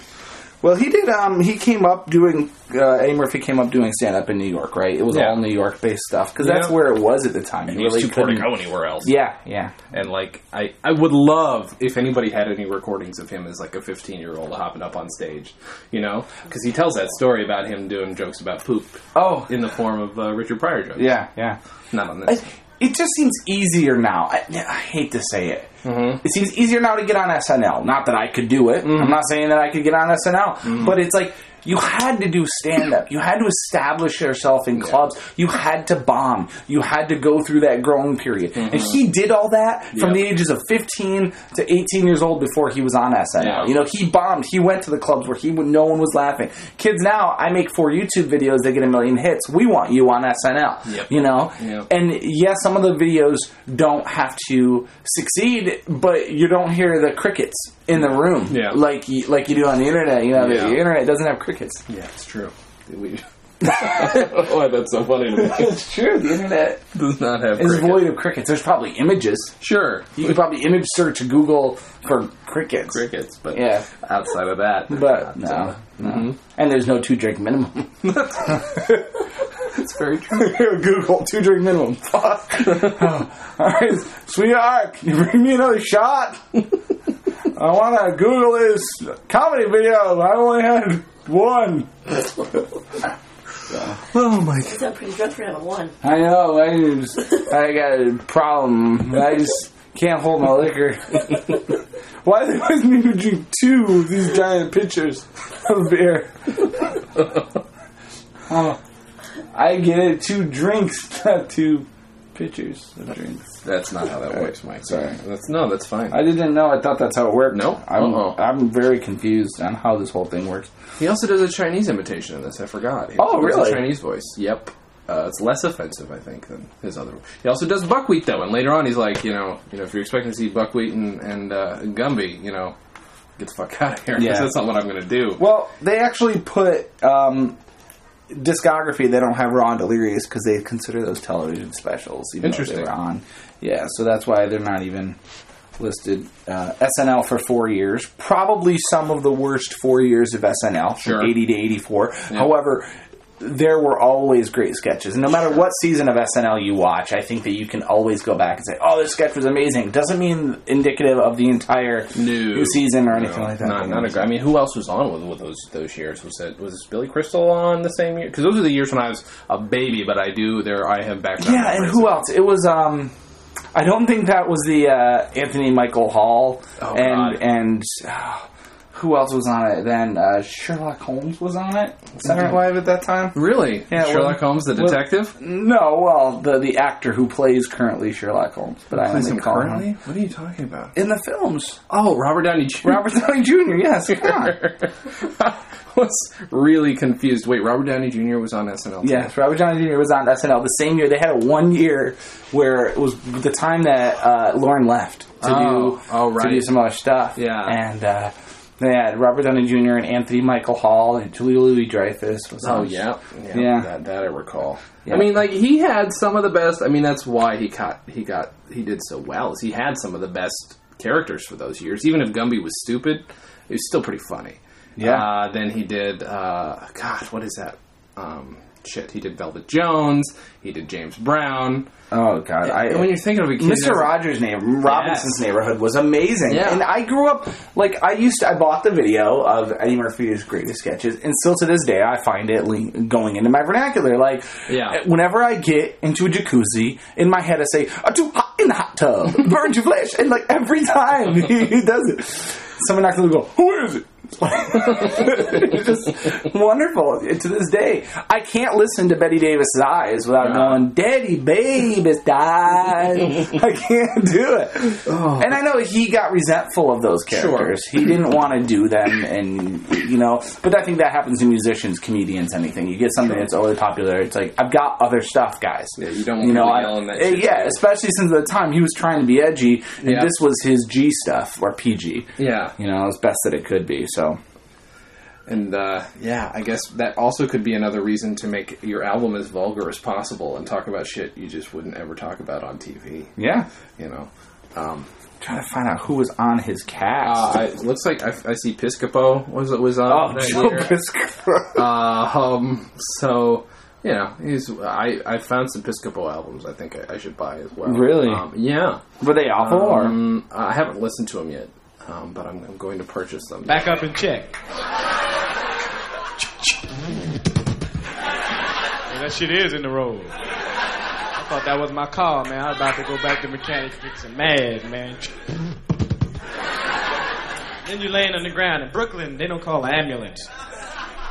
D: Well, he did. Um, he came up doing uh, Eddie Murphy came up doing stand up in New York, right? It was
B: Yeah.
D: all New York based stuff because
B: Yeah.
D: that's where it was at the time.
B: He was too poor to
D: couldn't-
B: go anywhere else.
D: Yeah, yeah.
B: And like, I I would love if anybody had any recordings of him as like a 15 year old hopping up on stage, you know, because he tells that story about him doing jokes about poop
D: Oh,
B: in the form of uh, Richard Pryor jokes.
D: yeah, yeah.
B: Not on this.
D: I, it just seems easier now. I, I hate to say it.
B: Mm-hmm.
D: It seems easier now to get on SNL. Not that I could do it. I'm not saying that I could get on SNL,
B: Mm-hmm.
D: but it's like you had to do stand up. You had to establish yourself in clubs. You had to bomb. You had to go through that growing period. And he did all that from
B: Mm-hmm. Yeah.
D: the ages of 15 to 18 years old before he was on SNL.
B: Yeah.
D: You know, he bombed. He went to the clubs where he no one was laughing. Kids now, I make four YouTube videos. They get a million hits. We want you on SNL.
B: Yep.
D: You know,
B: Yep.
D: and yes, some of the videos don't have to succeed, but you don't hear the crickets in the room
B: Yeah.
D: like you, like you do on the internet. You know, the,
B: Yeah.
D: the internet doesn't have crickets.
B: Yeah, it's true. We. Why that's so funny to me.
D: It's true. The internet
B: Does not have
D: is
B: cricket.
D: void of crickets. There's probably images.
B: Sure,
D: You can probably image search Google for crickets.
B: crickets, but
D: Yeah.
B: outside of that,
D: But no, no.
B: Mm-hmm.
D: and there's no two drink minimum.
B: it's very true.
D: Google two drink minimum. Fuck. all right, sweetheart, can you bring me another shot? I want to Google this comedy video. I only had one.
B: Oh my
C: He's not pretty drunk for having one.
D: I know. I just, I got a problem. I just can't hold my liquor. Why do I need to drink two of these giant pitchers of beer? Oh, I get it. Two drinks, not two pitchers of drinks.
B: That's not how that works, Mike.
D: Sorry.
B: That's no, that's fine.
D: I didn't know. I thought that's how it worked.
B: Nope.
D: I'm,
B: Uh-oh.
D: I'm very confused on how this whole thing works.
B: he also does a Chinese imitation in this. I forgot. He
D: Oh,
B: does
D: really?
B: A Chinese voice. Yep. Uh, it's less offensive, I think, than his other. He also does buckwheat though, and later on he's like, you know, you know, if you're expecting to see buckwheat and, and uh, Gumby, you know, get the fuck out of here. 'cause
D: Yeah.
B: that's not what I'm going to do.
D: Well, they actually put um, discography. They don't have Raw and Delirious because they consider those television specials. Even Though
B: Interesting.
D: they were on, yeah. So that's why they're not even listed. Uh, SNL for four years, probably some of the worst four years of SNL,
B: Sure.
D: from eighty to eighty four. However. There were always great sketches. No matter what season of SNL you watch, I think that you can always go back and say, "Oh, this sketch was amazing." Doesn't mean indicative of the entire
B: No.
D: season or
B: No,
D: anything like that.
B: Not, not a, gr- I mean, who else was on with, with those those years? Was it was Billy Crystal on the same year? Because those are the years when I was a baby. But I do there. I have background.
D: Yeah, and
B: memories
D: who
B: of-
D: else? It was. um I don't think that was the uh, Anthony Michael Hall
B: Oh,
D: and
B: God.
D: and uh, who else was on it then? Uh, Sherlock Holmes was on it. Saturday Night Live at that time.
B: Really?
D: Yeah,
B: Sherlock
D: well-
B: Holmes, the
D: well-
B: detective.
D: No, well, the the actor who plays currently Sherlock Holmes, but I
B: Plays
D: only
B: him
D: call him-
B: currently? What are you talking about?
D: in the films.
B: Oh, Robert Downey Jr.
D: Robert Downey Jr. Yes, come on.
B: I was really confused. Wait, Robert Downey Jr. was on SNL. too?
D: Yes, Robert Downey Jr. was on SNL the same year. They had a one year where it was the time that uh, Lauren left to
B: Oh,
D: do
B: oh,
D: to
B: right.
D: do some other stuff.
B: Yeah.
D: and uh, they had Robert Downey Jr. and Anthony Michael Hall and Julie Louis Dreyfus. Was
B: Oh
D: on.
B: yeah, yeah,
D: Yeah.
B: That, that I recall.
D: Yeah.
B: I mean, like he had some of the best. I mean, that's why he got he got he did so well. Is he had some of the best characters for those years. Even if Gumby was stupid, it was still pretty funny.
D: Yeah.
B: Uh, then he did. Uh, God, what is that? Um, shit, he did Velvet Jones. He did James Brown.
D: Oh god, I,
B: and when you're thinking of a kid,
D: Mr.
B: that's-
D: Rogers' name, Robinson's neighborhood was amazing.
B: Yeah.
D: And I grew up like I used. To, I bought the video of Eddie Murphy's greatest sketches, and still to this day, I find it le- going into my vernacular. Like, eh,
B: Yeah.
D: whenever I get into a jacuzzi, in my head I say, "I'm too hot in the hot tub, burn to flesh," and like every time he, he does it, someone knocks on the door. Who is it? it's just wonderful. And to this day, I can't listen to Betty Davis's eyes without
B: Yeah.
D: going, Daddy Baby's died. I can't do it.
B: Oh.
D: And I know he got resentful of those characters. He didn't want to do them, and you know. But I think that happens to musicians, comedians, anything. You get something that's overly popular. It's like I've got other stuff, guys. Yeah,
B: you don't want people yelling that shit.
D: eh, yeah, especially since at the time he was trying to be edgy, and
B: Yeah.
D: this was his G stuff or PG.
B: Yeah.
D: You know, as best that it could be. So
B: And uh, yeah, I guess that also could be another reason to make your album as vulgar as possible and talk about shit you just wouldn't ever talk about on TV.
D: yeah,
B: You know, um,
D: trying to find out who was on his
B: uh,
D: cast.
B: I, it looks like I, I see Piscopo was was on.
D: oh,
B: that
D: Joe
B: year.
D: Piscopo.
B: Uh, um, so you know, he's I, I found some Piscopo albums. I think I, I should buy as well.
D: Really?
B: Um, yeah.
D: Were they awful? or?
B: Um, I haven't listened to them yet, um, but I'm, I'm going to purchase them.
A: Back up and check. Yeah, that shit is in the road. thought that was my car, man. I was about to go back to mechanic and get some mad, man. then you laying on the ground. In Brooklyn, they don't call an ambulance.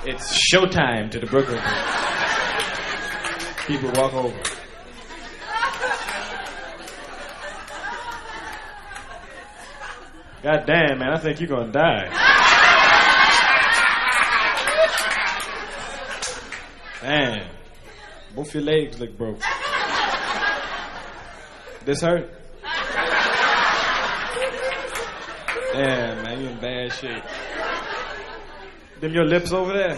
A: It's showtime to the Brooklyn. People walk over. God damn, man, I think you're gonna die. Damn. Both your legs look broke. This hurt? Damn, man, you in bad shape. Them your lips over there?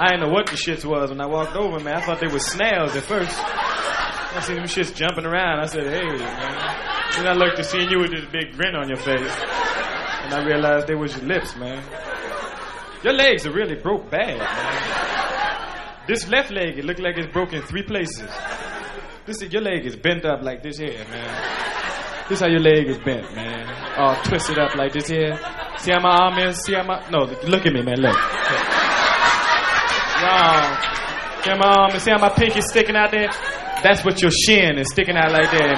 A: I didn't know what the shits was when I walked over, man. I thought they were snails at first. I seen them shits jumping around. I said, hey, man. Then I looked to see you with this big grin on your face. And I realized they was your lips, man. Your legs are really broke bad, man. This left leg, it looked like it's broke in three places. This your leg is bent up like this here, man. This how your leg is bent, man. All twisted up like this here. See how my arm is? See how my no? Look at me, man. Look. Wrong. See how my arm is? See how my pinky sticking out there? That's what your shin is sticking out like that,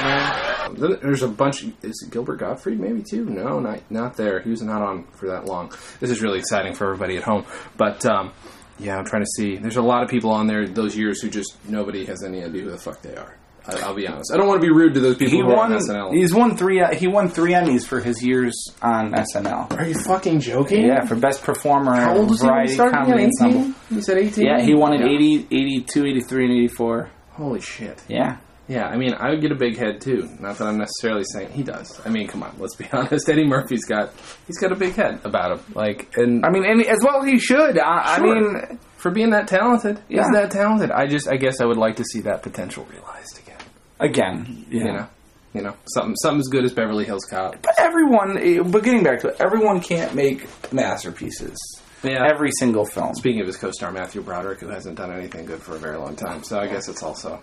A: man.
B: There's a bunch. Is it Gilbert Gottfried maybe too? No, not not there. He was not on for that long. This is really exciting for everybody at home. But um, yeah, I'm trying to see. There's a lot of people on there those years who just nobody has any idea who the fuck they are. I, I'll be honest. I don't want to be rude to those people
D: He
B: who are on
D: won.
B: SNL.
D: He's won three. Uh, he won three Emmys for his years on SNL.
B: are you fucking joking?
D: Yeah, for best performer.
B: How old was he when he
D: variety
B: started?
D: comedy
B: Yeah,
D: ensemble.
B: 18? He said 18?
D: Yeah, he won in
B: Yeah.
D: eighty, eighty-two, eighty-three, 82, 83, and 84.
B: Holy shit.
D: Yeah.
B: Yeah, I mean, I would get a big head too. Not that I'm necessarily saying he does. I mean, come on, let's be honest. Eddie Murphy's got he's got a big head about him. Like, and
D: I mean, and as well he should. I,
B: Sure.
D: I mean,
B: for being that talented,
D: Yeah.
B: he's that talented. I just, I guess, I would like to see that potential realized again.
D: again, yeah.
B: You know, you know, something, something as good as Beverly Hills Cop.
D: But everyone, eh, but getting back to it, everyone can't make masterpieces.
B: Yeah.
D: Every single film.
B: Speaking of his co-star Matthew Broderick, who hasn't done anything good for a very long time, so I guess it's also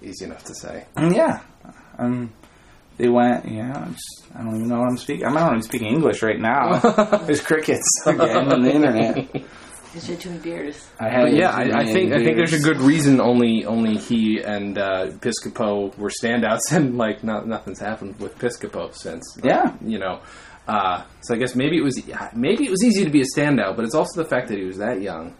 B: easy enough to say.
D: And Mm, yeah. Um, they went, yeah, I, just, I don't even know what I'm speaking. I'm not even speaking English right now. There's crickets again on the internet.
C: I should too many beers.
D: I had
B: But yeah, I, I think I think there's a good reason. Only only he and uh, Piscopo were standouts, and like not, nothing's happened with Piscopo since.
D: Yeah.
B: you know. Uh, so I guess maybe it was maybe it was easy to be a standout, but it's also the fact that he was that young.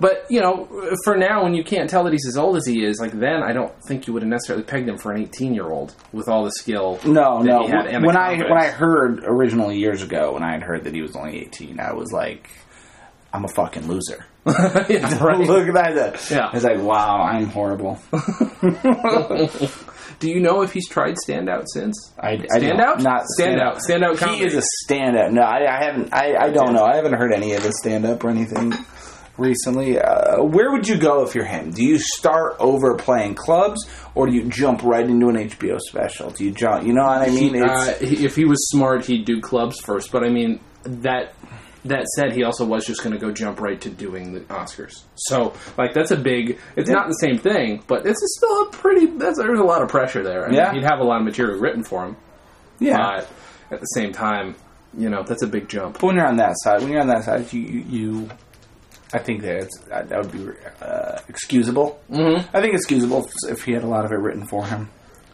B: But you know, for now, when you can't tell that he's as old as he is, like then I don't think you would have necessarily pegged him for an 18 year old with all the skill.
D: No,
B: that
D: no.
B: he had and the
D: When I when I
B: confidence.
D: heard originally years ago when I had heard that he was only 18, I was like, I'm a fucking loser.
B: Yeah, right.
D: Look at that.
B: Yeah.
D: It's like, wow, I'm horrible.
B: Do you know if he's tried standout since?
D: I, I don't-
B: Standout?
D: Not
B: Standout. Standout comedy.
D: He is a standout. No, I, I haven't. I, I don't know. I haven't heard any of his stand up or anything recently. Uh, where would you go if you're him? Do you start over playing clubs, or do you jump right into an HBO special? Do you jump? You know what I mean? It's,
B: uh, he- if he was smart, he'd do clubs first. But I mean, that that said, he also was just going to go jump right to doing the Oscars. So, like, that's a big. It's not the same thing, but it's still a pretty. That's, there's a lot of pressure there. I mean,
D: Yeah.
B: he'd have a lot of material written for him.
D: yeah.
B: But at the same time, you know, that's a big jump.
D: But when you're on that side, when you're on that side, you, you, you I think that it's, that that would be uh, excusable. Mm-hmm. I think excusable if- if he had a lot of it written for him.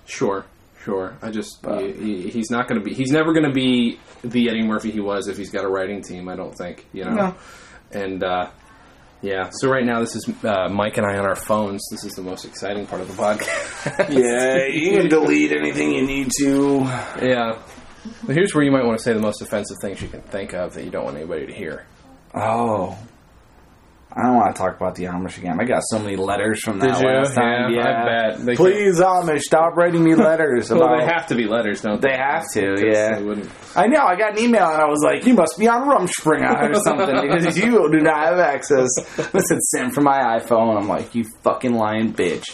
B: Sure, sure. I just he- he, he's not going to be. He's never going to be the Eddie Murphy he was if he's got a writing team. I don't think you know.
D: No.
B: And uh, yeah, so right now this is uh, Mike and I on our phones. This is the most exciting part of the podcast.
D: Yeah, you can delete anything you need to.
B: yeah. But here's where you might want to say the most offensive things you can think of that you don't want anybody to hear.
D: Oh. I don't want to talk about the Amish again. I got so many letters from that
B: Did you?
D: last time.
B: Yeah, I bet. They
D: Please, Amish, stop writing me letters
B: Well,
D: about.
B: they have to be letters, don't they?
D: They have to,
B: Because
D: yeah.
B: They wouldn't.
D: I know. I got an email and I was like, "You must be on Rumspringa or something because you do not have access." This is sent from my iPhone. I'm like, "You fucking lying bitch!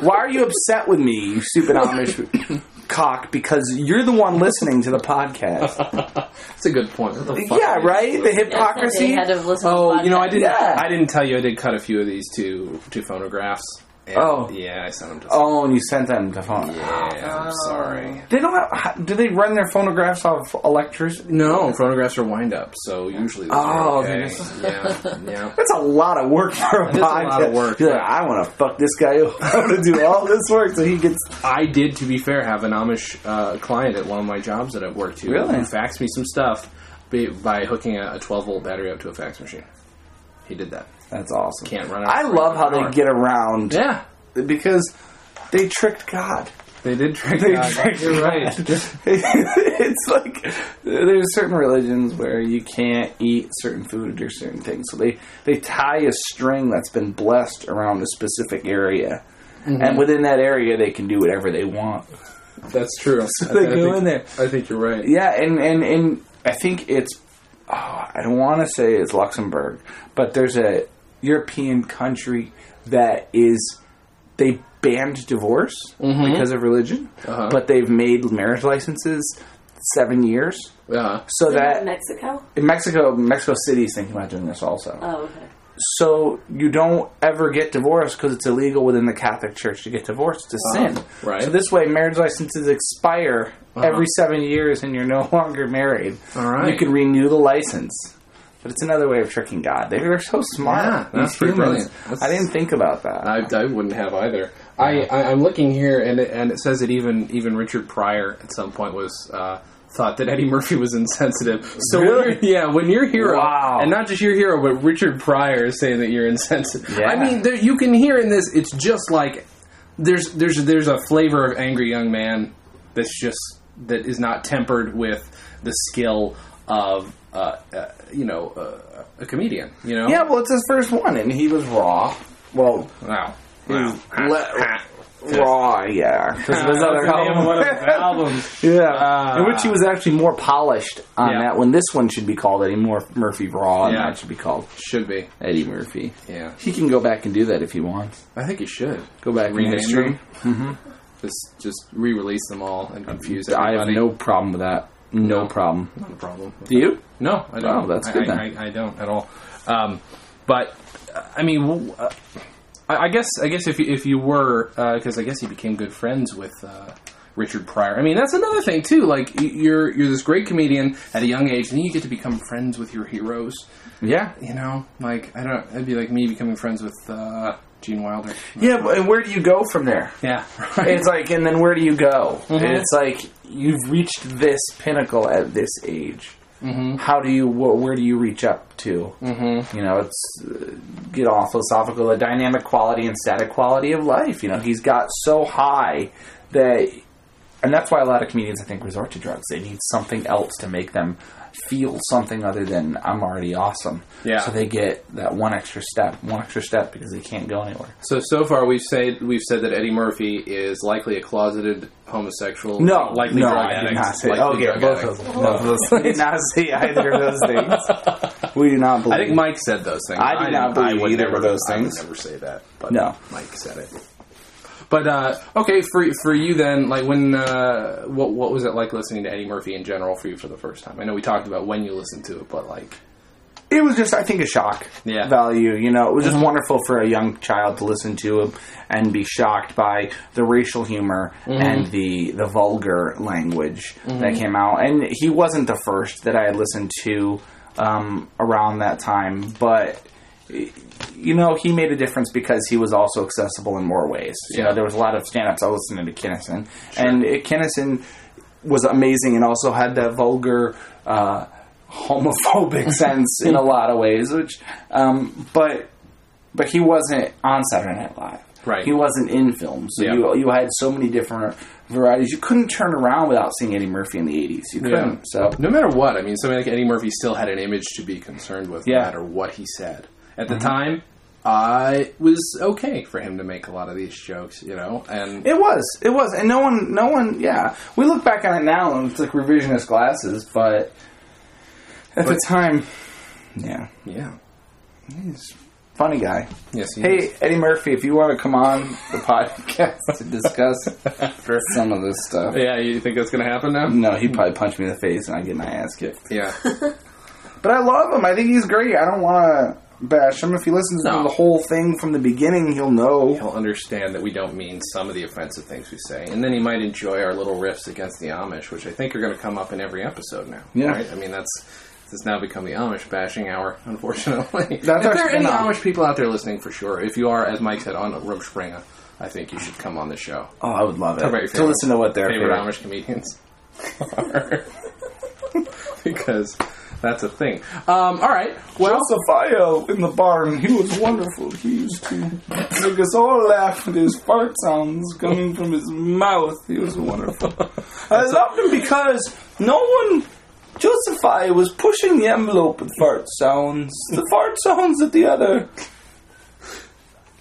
D: Why are you upset with me, you stupid Amish cock? Because you're the one listening to the podcast."
B: That's a good point. What the fuck
D: yeah,
B: are you
D: right. The hypocracy.
C: They had to listen to
B: Oh, you know, I
C: podcasts.
B: did.
D: Yeah.
B: I didn't tell you I did cut a few of these to to phonographs. And-
D: Oh.
B: Yeah, I sent him to.
D: Oh, and you sent them the phone.
B: Yeah, I'm sorry.
D: They don't have. how- Do they run their phonographs off electricity?
B: No, phonographs are wind up, so usually. those are
D: Oh,
B: okay.
D: they're just-
B: yeah, yeah.
D: That's a lot of work for a
B: It is a lot
D: podcast.
B: of work.
D: You're like, I want to fuck this guy up. I want to do all this work so he gets.
B: I did, to be fair, have an Amish uh, client at one of my jobs that I've worked to.
D: Really?
B: Who faxed me some stuff by, by hooking a 12 volt battery up to a fax machine. He did that.
D: That's awesome.
B: Can't run out
D: I
B: of
D: love how
B: power.
D: they get around
B: Yeah,
D: because they tricked God.
B: they did trick.
D: They
B: God.
D: tricked
B: You're right.
D: God. it's like there's certain religions where you can't eat certain food or do certain things. So they they tie a string that's been blessed around a specific area,
B: Mm-hmm.
D: and within that area they can do whatever they want.
B: That's true. I,
D: they
B: I
D: go
B: think,
D: in there.
B: I think you're right.
D: Yeah, and and and I think it's oh, I don't want to say it's Luxembourg, but there's a European country that is they banned divorce because of religion,
B: Uh-huh.
D: but they've made marriage licenses seven years.
B: Uh,
D: So that
C: Mexico?
D: in Mexico, Mexico City's thinking about doing this also.
C: Oh, okay.
D: so you don't ever get divorced because it's illegal within the Catholic Church to get divorced. It's a sin.
B: right.
D: So this way, marriage licenses expire
B: Uh-huh.
D: every seven years, and you're no longer married.
B: All right.
D: You can renew the license. But it's another way of tricking God. They- They're so smart.
B: Yeah, that's
D: these
B: pretty
D: humans.
B: brilliant. That's- Uh,
D: I didn't think about that.
B: I, I wouldn't have either. I, I I'm looking here, and it, and it says that even even Richard Pryor at some point was uh, thought that Eddie Murphy was insensitive. So when
D: Really?
B: you're- yeah, when your hero,
D: Wow.
B: and not just your hero, but Richard Pryor is saying that you're insensitive.
D: Yeah.
B: I mean, there, you can hear in this, it's just like there's there's there's a flavor of angry young man that's just that is not tempered with the skill of uh, uh, you know uh, a comedian. You know,
D: yeah, well, it's his first one, and he was raw. Well,
B: Wow.
D: he was
B: Wow.
D: le- raw, yeah. 'Cause of his
B: That's
D: other
B: the name of
D: album.
B: one of his albums.
D: Yeah,
B: Ah.
D: in which he was actually more polished on
B: Yeah.
D: that one. This one should be called Eddie Mur- Murphy Raw, and
B: Yeah.
D: that should be called
B: Should be.
D: Eddie Murphy.
B: Yeah.
D: He can go back and do that if he wants.
B: I think it should.
D: Go back in
B: Rename
D: history.
B: them. Mm-hmm. Just just re release them all and confuse
D: I
B: everybody.
D: have no problem with that. No,
B: No.
D: problem.
B: Not a problem.
D: Do you?
B: No, I don't.
D: Oh, that's
B: I,
D: good
B: I,
D: then.
B: I, I don't at all. Um, but uh, I mean, w- uh, I I guess I guess if you, if you were because I guess he became good friends with uh, Richard Pryor. I mean, that's another thing too. Like y- you're you're this great comedian at a young age, and then you get to become friends with your heroes.
D: Yeah.
B: You know, like I don't. It'd be like me becoming friends with uh, Gene Wilder.
D: Yeah, but- and where do you go from there?
B: Yeah, right.
D: It's like, and then where do you go? And it's like you've reached this pinnacle at this age. Mm-hmm. How do you? Wh- where do you reach up to? Mm-hmm. You know, it's uh, get all philosophical. The dynamic quality and static quality of life. You know, he's got so high that, and that's why a lot of comedians I think resort to drugs. They need something else to make them feel something other than I'm already awesome.
B: Yeah.
D: So they get that one extra step, one extra step because they can't go anywhere.
B: So so far we've said we've said that Eddie Murphi is likely a closeted homosexual.
D: No,
B: likely
D: no,
B: drug
D: I did
B: addict.
D: not say.
B: likely
D: Okay,
B: drug
D: both
B: addict.
D: of them. Both of those. did not say either of those things. We do not believe.
B: I think Mike said those things.
D: I do not believe
B: would
D: either
B: never-
D: of those
B: I would
D: things.
B: never say that. But
D: No.
B: Mike said it. But uh, okay, for for you then, like when uh, what what was it like listening to Eddie Murphy in general for you for the first time? I know we talked about when you listened to it, but like
D: it was just, I think, a shock
B: Yeah.
D: value. You know, it was just wonderful for a young child to listen to him and be shocked by the racial humor
B: Mm-hmm.
D: and the the vulgar language that came out. And he wasn't the first that I had listened to um, around that time, but you know, he made a difference because he was also accessible in more ways. You
B: Yeah.
D: know, there was a lot of stand ups I listened to Kinnison. And it, Kinnison was amazing and also had that vulgar, uh, homophobic sense in a lot of ways, which, um, but, but he wasn't on Saturday Night Live.
B: Right.
D: He wasn't in film. So
B: Yeah.
D: you, you had so many different varieties. You couldn't turn around without seeing Eddie Murphy in the 80s. You couldn't. So,
B: no matter what, I mean, somebody like Eddie Murphy still had an image to be concerned with, no
D: Yeah. Mm-hmm.
B: matter what he said. At the time, I was okay for him to make a lot of these jokes, you know, and
D: It was. It was. And no one, no one, yeah. We look back on it now and it's like revisionist glasses, but at the
B: But-
D: time, yeah.
B: yeah,
D: He's a funny guy.
B: yes, he
D: Hey,
B: is.
D: Eddie Murphy, if you want to come on the podcast to discuss some of this stuff.
B: yeah, you think that's gonna happen now?
D: No, he'd probably punch me in the face and I'd get my ass kicked.
B: Yeah,
D: But I love him. I think he's great. I don't want to. bash him. If he listens
B: No.
D: to the whole thing from the beginning, he'll know.
B: He'll understand that we don't mean some of the offensive things we say, and then he might enjoy our little riffs against the Amish, which I think are going to come up in every episode now.
D: Yeah.
B: right? I mean that's this has now become the Amish bashing hour, unfortunately.
D: That's
B: if there are
D: actually
B: any
D: been um, on.
B: Amish people out there listening, for sure, if you are, as Mike said, on Rumspringa, I think you should come on the show.
D: Oh, I would love it
B: Talk about your
D: to
B: favorite-
D: listen to what their
B: favorite
D: favorite.
B: Amish comedians are. because that's a thing. Um, all right. Well,
D: Joseph in the barn, he was wonderful. He used to make us all laugh at his fart sounds coming from his mouth. He was wonderful. I loved him because no one. Joseph was pushing the envelope with fart sounds. The fart sounds that the other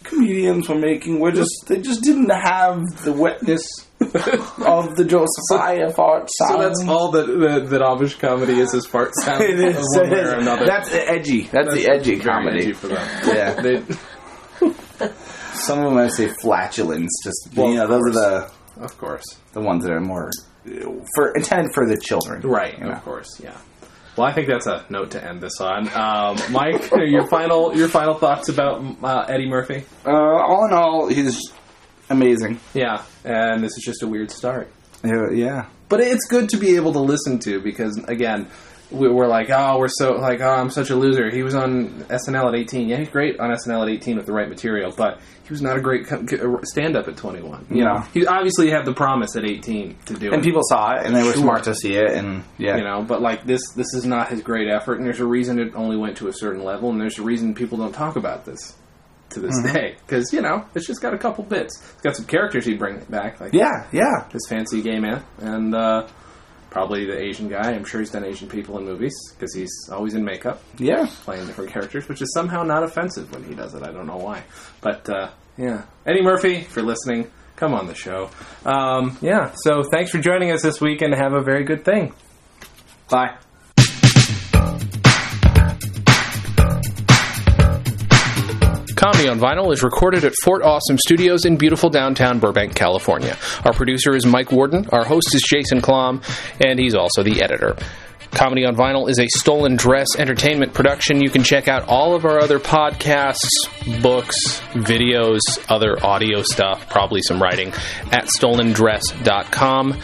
D: comedians were making were just. They just didn't have the wetness of the Joseph fart sounds.
B: so that's all that, that, that Amish comedy is is fart sound
D: Um, It is.
B: one way
D: it is.
B: or another.
D: That's the edgy. That's, the edgy
B: very
D: comedy.
B: edgy for them.
D: Yeah.
B: They,
D: Some of them I say flatulence. Just
B: Well,
D: you know,
B: of
D: those are the
B: of course.
D: the ones that are more uh, for intended for the children.
B: Right.
D: You know.
B: Of course. Yeah. Well, I think that's a note to end this on. Um, Mike, your final your final thoughts about uh, Eddie Murphy?
D: Uh, all in all, he's amazing.
B: Yeah, and this is just a weird start.
D: Yeah, yeah.
B: but it's good to be able to listen to because again we- we're like oh we're so like oh i'm such a loser he was on snl at 18 yeah he's great on snl at 18 with the right material but he was not a great com- co- stand-up at 21 you
D: Yeah.
B: know he obviously had the promise at 18 to do
D: And
B: it
D: people saw it, and they were
B: Sure.
D: smart to see it, and yeah,
B: you know but like this this is not his great effort and there's a reason it only went to a certain level and there's a reason people don't talk about this to this day because you know it's just got a couple bits it's got some characters he'd bring back like
D: yeah, yeah.
B: this fancy gay man, and uh, probably the Asian guy. I'm sure he's done Asian people in movies because he's always in makeup,
D: Yeah.
B: playing different characters, which is somehow not offensive when he does it. I don't know why, but uh, yeah. Eddie Murphy, if you're listening, come on the show. Um, yeah. So thanks for joining us this week, and have a very good thing.
D: Bye.
G: Comedy on Vinyl is recorded at Fort Awesome Studios in beautiful downtown Burbank, California. Our producer is Mike Warden, our host is Jason Klom, and he's also the editor. Comedy on Vinyl is a stolen dress entertainment production. You can check out all of our other podcasts, books, videos, other audio stuff, probably some writing, at stolendress.com.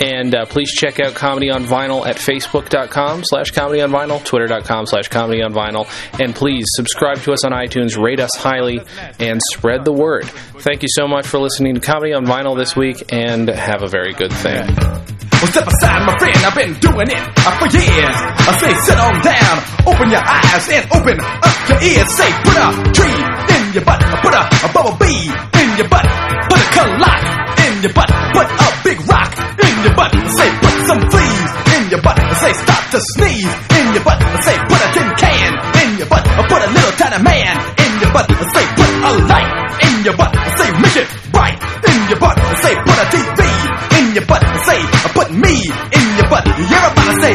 G: And uh, please check out Comedy on Vinyl at facebook.com slash comedy on vinyl, twitter.com slash comedy on vinyl. And please subscribe to us on iTunes, rate us highly, and spread the word. Thank you so much for listening to Comedy on Vinyl this week, and have a very good thing.
E: Well, step aside, my friend, I've been doing it for years. I say, sit on down, open your eyes and open up your ears. Say, put a tree in your butt, put a, a bubble bee in your butt, put a clock in your butt, put a big rock in your butt. Say, put some fleas in your butt. Say, stop to sneeze in your butt. Say, put a tin can in your butt, put a little tiny man in your butt. Say, put a light in your butt. Say, make it bright in your butt. Say, put a TV in your butt. Say, put me in your butt. Everybody say,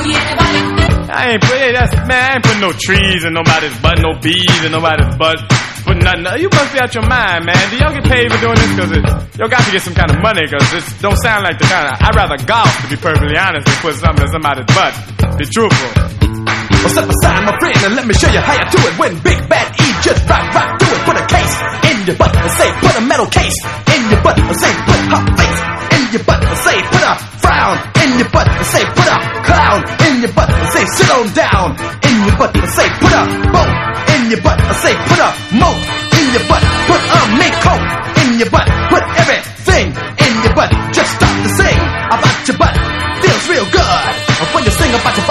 A: I ain't put that's man. I ain't put no trees in nobody's butt, no bees in nobody's butt. Put nothing. You must be out your mind, man. Do y'all get paid for doing this? Cause it, y'all got to get some kind of money. Cause this don't sound like the kind of. I'd rather golf, to be perfectly honest, than put something in somebody's butt. Be truthful.
E: well, step aside, my friend, and let me show you how you do it. When Big Bad E just rock, rock, do it. Put a case in your butt. Say, put a metal case in your butt. Say, put her face in your butt. Say, put a frown in your butt. Say, put a clown in your butt. Say, sit on down in your butt. Say, put a boat in your butt. Say, put a moat in your butt. Put a mink coat in your butt. Put everything in your butt. Just stop to sing about your butt. Feels real good when you sing about your